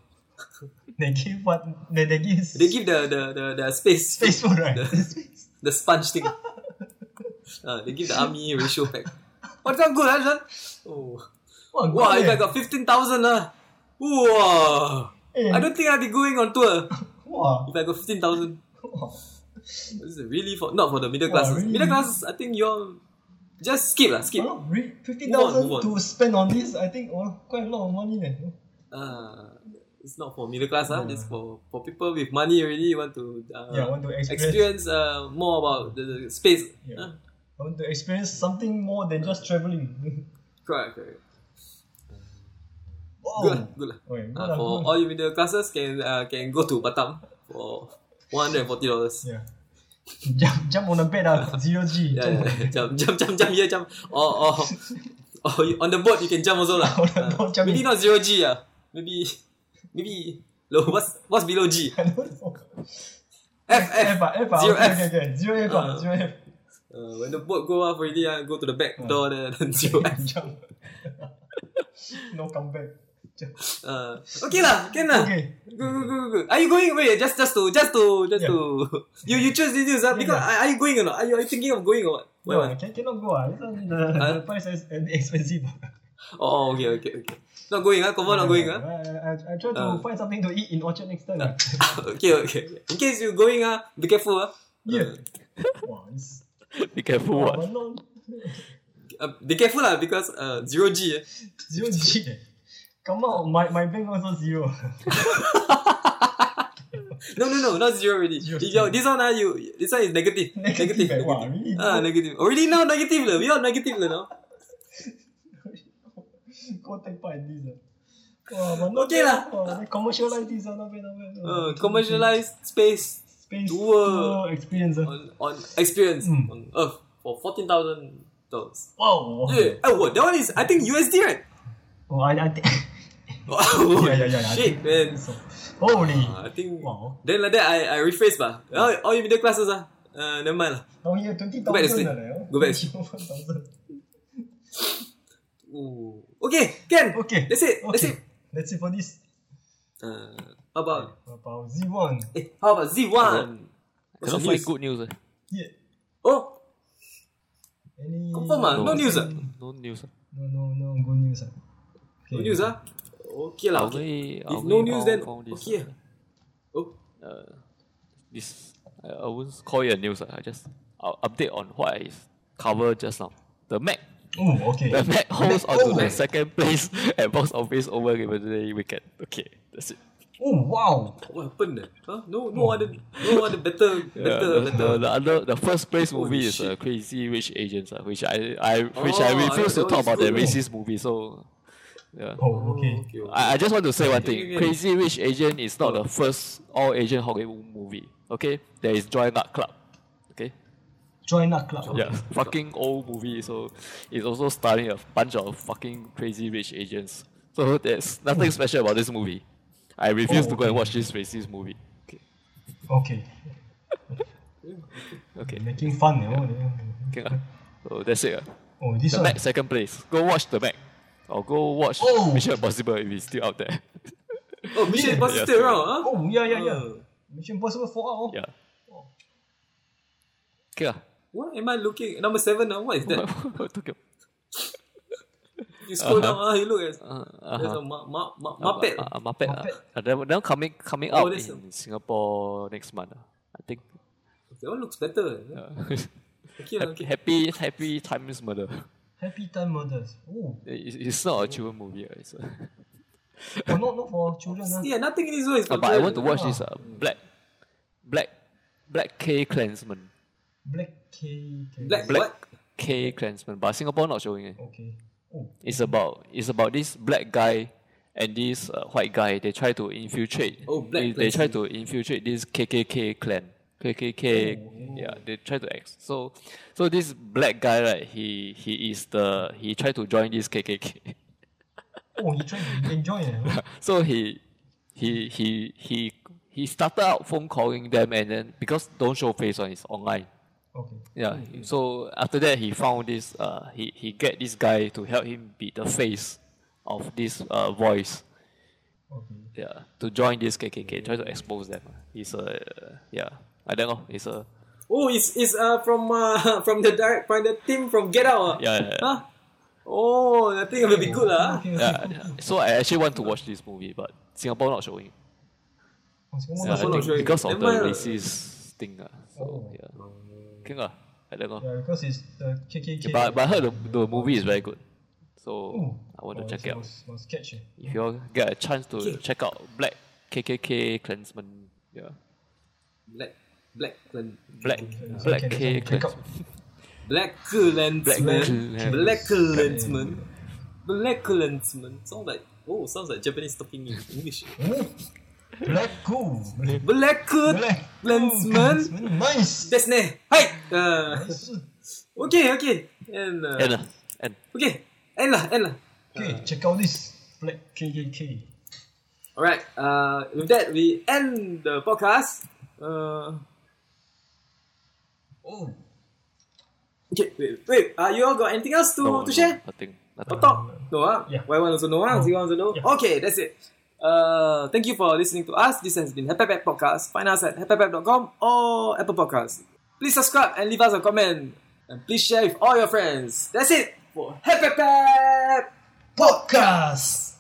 Speaker 2: They give what? They, they give
Speaker 1: They give the the, the, the space
Speaker 2: space food, right? <laughs>
Speaker 1: The- the sponge thing. uh, they give the army ratio pack. Oh, this one good, huh, this one? Oh.
Speaker 2: Wow,
Speaker 1: Wow,
Speaker 2: good,
Speaker 1: if I
Speaker 2: eh.
Speaker 1: got 15,000, uh, wow.
Speaker 2: Eh,
Speaker 1: I don't think I'll be going on tour
Speaker 2: Wow,
Speaker 1: if I got 15,000.
Speaker 2: wow.
Speaker 1: This is really for, not for the middle
Speaker 2: Wow,
Speaker 1: classes.
Speaker 2: really?
Speaker 1: Middle classes, I think you're, just skip lah, skip.
Speaker 2: Wow,
Speaker 1: Move
Speaker 2: re- 50,000
Speaker 1: on, move
Speaker 2: to spend on this, I think oh, quite a lot of money. Eh.
Speaker 1: Uh, it's not for middle class, huh?
Speaker 2: Yeah.
Speaker 1: it's for, for people with money already want to uh,
Speaker 2: yeah, I want to experience,
Speaker 1: experience uh, more about the, the space.
Speaker 2: Yeah.
Speaker 1: huh?
Speaker 2: I want to experience something more than just traveling. <laughs>
Speaker 1: Correct, correct. Good, lah,
Speaker 2: wow.
Speaker 1: good lah.
Speaker 2: Okay, good
Speaker 1: Uh,
Speaker 2: lah,
Speaker 1: for
Speaker 2: good.
Speaker 1: all you middle classes can uh, can go to Batam for one hundred and forty dollars.
Speaker 2: Yeah. <laughs> jump, jump on the bed, ah, zero G.
Speaker 1: Yeah,
Speaker 2: jump
Speaker 1: yeah,
Speaker 2: on the
Speaker 1: yeah.
Speaker 2: bed.
Speaker 1: jump, jump, jump, jump here, jump. Or or, or you, on the boat you can jump also lah.
Speaker 2: <laughs> On the boat,
Speaker 1: Uh,
Speaker 2: jump
Speaker 1: maybe
Speaker 2: in.
Speaker 1: not zero G ah. Maybe maybe low. What's what's below G?
Speaker 2: I don't know.
Speaker 1: F F.
Speaker 2: F, ah, F, ah,
Speaker 1: Zero
Speaker 2: okay,
Speaker 1: F.
Speaker 2: okay, okay. Zero F, ah,
Speaker 1: Uh.
Speaker 2: zero F.
Speaker 1: Uh, when the boat go off already, ah, go to the back
Speaker 2: Uh.
Speaker 1: door then, <laughs> then zero F.
Speaker 2: Jump. <laughs> no comeback. Jump.
Speaker 1: Uh, okay lah, can lah.
Speaker 2: Okay.
Speaker 1: Go go go go go. Are you going? Wait, just just to just to just
Speaker 2: Yeah.
Speaker 1: to <laughs> you you choose this news ah
Speaker 2: Yeah,
Speaker 1: because
Speaker 2: yeah.
Speaker 1: are- are you going or not? Are you, are you thinking of going or what? Why
Speaker 2: No,
Speaker 1: what?
Speaker 2: I can, cannot go. Ah. This one, the, the price is uh, expensive.
Speaker 1: Oh, okay, okay, okay. Not going, ah. Confirm not going, ah.
Speaker 2: I, I, I try to
Speaker 1: Uh.
Speaker 2: find something to eat in Orchard next time. né? ah.
Speaker 1: okay, okay. In case you're going, ah, be careful, ah.
Speaker 2: Yeah. wow, it's,
Speaker 3: Be careful
Speaker 2: wow,
Speaker 3: what.
Speaker 2: but not
Speaker 1: Uh, be careful, lah, because uh, zero G. Eh.
Speaker 2: zero G. eh. Come out, my, my bank also <laughs> zero.
Speaker 1: No, no, no, not zero already.
Speaker 2: Zero
Speaker 1: If
Speaker 2: G.
Speaker 1: you're- this one, ah, you this one is negative,
Speaker 2: <laughs> negative. eh. Wow,
Speaker 1: negative.
Speaker 2: really?
Speaker 1: Ah,
Speaker 2: go,
Speaker 1: negative. Already now negative, lah. We all negative, lah, now.
Speaker 2: go take part in this. ah. Wow, but not
Speaker 1: Okay
Speaker 2: bad, Wow, they commercialize this. ah, Not bad, not bad.
Speaker 1: Uh, commercialized space
Speaker 2: Space
Speaker 1: tour.
Speaker 2: tour experience. ah.
Speaker 1: on on experience
Speaker 2: Hmm.
Speaker 1: on Earth for fourteen thousand dollars.
Speaker 2: Wow.
Speaker 1: Yeah. Oh, what? That one is I think USD, right? <laughs>
Speaker 2: Oh, I, I think.
Speaker 1: Oh,
Speaker 2: <laughs> yeah, yeah, yeah, yeah.
Speaker 1: Shit, man.
Speaker 2: so, holy.
Speaker 1: Ah, I think.
Speaker 2: Wow.
Speaker 1: Then like that, I I rephrase, bah. All, all you middle classes, ah. Uh, never mind, lah.
Speaker 2: Now here, 20,000.
Speaker 1: Go back to sleep.
Speaker 2: hein.
Speaker 1: Go back to sleep.
Speaker 2: 21,000.
Speaker 1: Ooh. Okay, can.
Speaker 2: Okay.
Speaker 1: That's it. That's it.
Speaker 2: Okay. That's it for this.
Speaker 1: Uh, how about
Speaker 2: About Z1.
Speaker 1: eh, how about Z one?
Speaker 3: Cannot find good news. Eh.
Speaker 2: Yeah.
Speaker 1: Oh,
Speaker 2: Any...
Speaker 1: Confirm ah, no news ah.
Speaker 3: No news. ah.
Speaker 2: No, no, no, good news ah.
Speaker 1: good news ah. Okay lah. Okay.
Speaker 3: Only,
Speaker 1: If no news, then okay ah. Oh.
Speaker 3: Uh, this I, I won't call it a news. ah. I just I'll update on what I covered just now. The Mac,
Speaker 2: Oh,
Speaker 1: <laughs>
Speaker 2: okay.
Speaker 3: the Mac holds
Speaker 2: Mac-
Speaker 3: onto
Speaker 2: oh.
Speaker 3: the second place at box office over the weekend. Okay, that's it.
Speaker 2: Oh, wow.
Speaker 1: What happened? Eh? Huh? No,
Speaker 2: Hmm.
Speaker 1: no other, no other better,
Speaker 3: Yeah,
Speaker 1: better,
Speaker 3: the,
Speaker 1: better.
Speaker 3: the, the other the first place movie is
Speaker 1: shit.
Speaker 3: uh, Crazy Rich Asians, uh, which I I which I
Speaker 1: Oh,
Speaker 3: refuse
Speaker 1: I-
Speaker 3: to
Speaker 1: that
Speaker 3: talk
Speaker 1: one
Speaker 3: about
Speaker 1: is
Speaker 3: the
Speaker 1: good.
Speaker 3: racist movie. So, yeah,
Speaker 2: Oh, okay.
Speaker 1: okay.
Speaker 3: I, I just want to say one thing:
Speaker 1: Okay, okay.
Speaker 3: Crazy Rich Asian is not the first all Asian Hollywood movie. Okay, there is Joy Nut Club. Okay,
Speaker 2: Join that club.
Speaker 3: yeah, <laughs> fucking old movie. So it's also starring a bunch of fucking crazy rich Asians. So there's nothing special about this movie. I refuse
Speaker 2: Oh,
Speaker 3: to go and watch this racist movie. Okay,
Speaker 2: Okay.
Speaker 3: okay,
Speaker 2: Making fun, you know.
Speaker 3: okay. ah. <laughs> So that's it. ah.
Speaker 2: Oh, this
Speaker 3: The
Speaker 2: one.
Speaker 3: Mac second place. Go watch The Mac. Or go watch
Speaker 2: Oh.
Speaker 3: Mission Impossible if it's still out there. <laughs>
Speaker 1: Oh, Mission Impossible
Speaker 3: Yeah,
Speaker 1: still
Speaker 3: sorry.
Speaker 1: around, huh?
Speaker 2: Oh, yeah, yeah, yeah.
Speaker 1: Uh,
Speaker 2: Mission Impossible oh. 4 out.
Speaker 3: yeah. Okay. ah.
Speaker 1: what am I looking? Number seven. Uh, what is that?
Speaker 3: <laughs> What- okay.
Speaker 1: You scroll
Speaker 3: Uh-huh.
Speaker 1: down. Uh, you look at.
Speaker 3: Uh,
Speaker 1: There's
Speaker 3: uh-huh.
Speaker 1: a ma- ma- ma-
Speaker 3: Uh,
Speaker 1: Muppet.
Speaker 3: uh, uh, Muppet. ah.
Speaker 2: Muppet.
Speaker 3: Uh, that one- that one coming coming
Speaker 1: Oh,
Speaker 3: out
Speaker 1: that's
Speaker 3: in Singapore next month. ah. I think. Uh,
Speaker 1: That one looks better. eh.
Speaker 3: Yeah. <laughs>
Speaker 1: Okay, lah, okay.
Speaker 3: happy, happy happy times murder.
Speaker 2: Happy Time Murders. Oh,
Speaker 3: It- It's not a children movie. ah, It's a,
Speaker 2: oh not, not for children. ah.
Speaker 1: Yeah, nothing in this world is
Speaker 3: <laughs> but I want to
Speaker 1: comparable.
Speaker 3: watch this uh, black black black K cleansman.
Speaker 2: Black K. K-
Speaker 1: Black,
Speaker 3: Black.
Speaker 1: what?
Speaker 3: K cleansman. But Singapore not showing it.
Speaker 2: Okay. Oh,
Speaker 3: It's about it's about this black guy and this uh, white guy. They try to infiltrate.
Speaker 1: Oh, black
Speaker 3: they, they try
Speaker 1: cleansman.
Speaker 3: to infiltrate this KKK clan. KKK. Yeah, they try to ex. So, so this black guy right, he he is the he <laughs> tried to join this KKK.
Speaker 2: oh, he tried to enjoy it.
Speaker 3: so he he he he he started out phone calling them and then because don't show face on his online.
Speaker 2: Okay.
Speaker 3: Yeah.
Speaker 1: Mm-hmm.
Speaker 3: So after that, he found this. Uh, he he get this guy to help him be the face of this uh, voice.
Speaker 2: Okay.
Speaker 3: Yeah. To join this KKK,
Speaker 1: Mm-hmm.
Speaker 3: try to expose them. He's a yeah. I don't know. He's a
Speaker 1: Oh, it's it's uh from uh <laughs> from the direct from the team from Get Out. ah?
Speaker 3: yeah. yeah, yeah.
Speaker 1: Huh? Oh, I think it will be good ah. lah.
Speaker 2: Okay, okay,
Speaker 3: Yeah,
Speaker 2: cool,
Speaker 3: yeah.
Speaker 2: cool.
Speaker 3: So I actually want to watch this movie, but Singapore not showing. it.
Speaker 2: Oh, Singapore
Speaker 3: Yeah, I
Speaker 2: also
Speaker 1: not
Speaker 3: think
Speaker 1: showing.
Speaker 3: because of
Speaker 1: Never
Speaker 3: the
Speaker 1: mind.
Speaker 3: racist thing. Uh, so
Speaker 2: Oh.
Speaker 3: yeah, King, uh, I don't know.
Speaker 2: Yeah, because it's the KKK.
Speaker 3: But, but I heard the, the movie is very good, so
Speaker 2: Oh.
Speaker 3: I want to
Speaker 2: Oh,
Speaker 3: check
Speaker 2: so
Speaker 3: it out.
Speaker 2: Must, must catch it.
Speaker 3: If you all get a chance to
Speaker 1: Okay.
Speaker 3: check out Black KKK Cleansman, yeah,
Speaker 1: Black Black Clan-
Speaker 3: Black
Speaker 2: Okay,
Speaker 3: Black
Speaker 2: okay,
Speaker 3: K
Speaker 2: check out.
Speaker 3: Cleansman.
Speaker 1: Black Clansman.
Speaker 3: Black
Speaker 1: Black
Speaker 2: Oh,
Speaker 1: Clansman. Black Clansman. Sounds like oh, sounds like Japanese talking in English.
Speaker 2: Oh, Black cool.
Speaker 1: Black
Speaker 2: Black
Speaker 1: Clansman. <laughs>
Speaker 2: Clansman. Nice.
Speaker 1: ですね。はい。うん。OK, OK. Uh, And, uh,
Speaker 3: and uh, and
Speaker 1: OK. End lah, end lah.
Speaker 2: Okay, check out this. Black KKK.
Speaker 1: Alright. Uh, with that, we end the podcast. Uh,
Speaker 2: Oh.
Speaker 1: okay, wait, wait. Uh, you all got anything else to,
Speaker 3: no,
Speaker 1: to
Speaker 3: no,
Speaker 1: share?
Speaker 3: nothing,
Speaker 1: No.
Speaker 3: nothing.
Speaker 1: Talk? No, ah?
Speaker 2: Yeah.
Speaker 1: Y1 also no, ah?
Speaker 2: No.
Speaker 1: Z1 also no?
Speaker 2: Yeah.
Speaker 1: Okay, that's it. Uh, thank you for listening to us. This has been Happy Pep Podcast. Find us at happypep.com or Apple Podcasts. Please subscribe and leave us a comment. And please share with all your friends. That's it for Happy Pep!
Speaker 2: Podcast.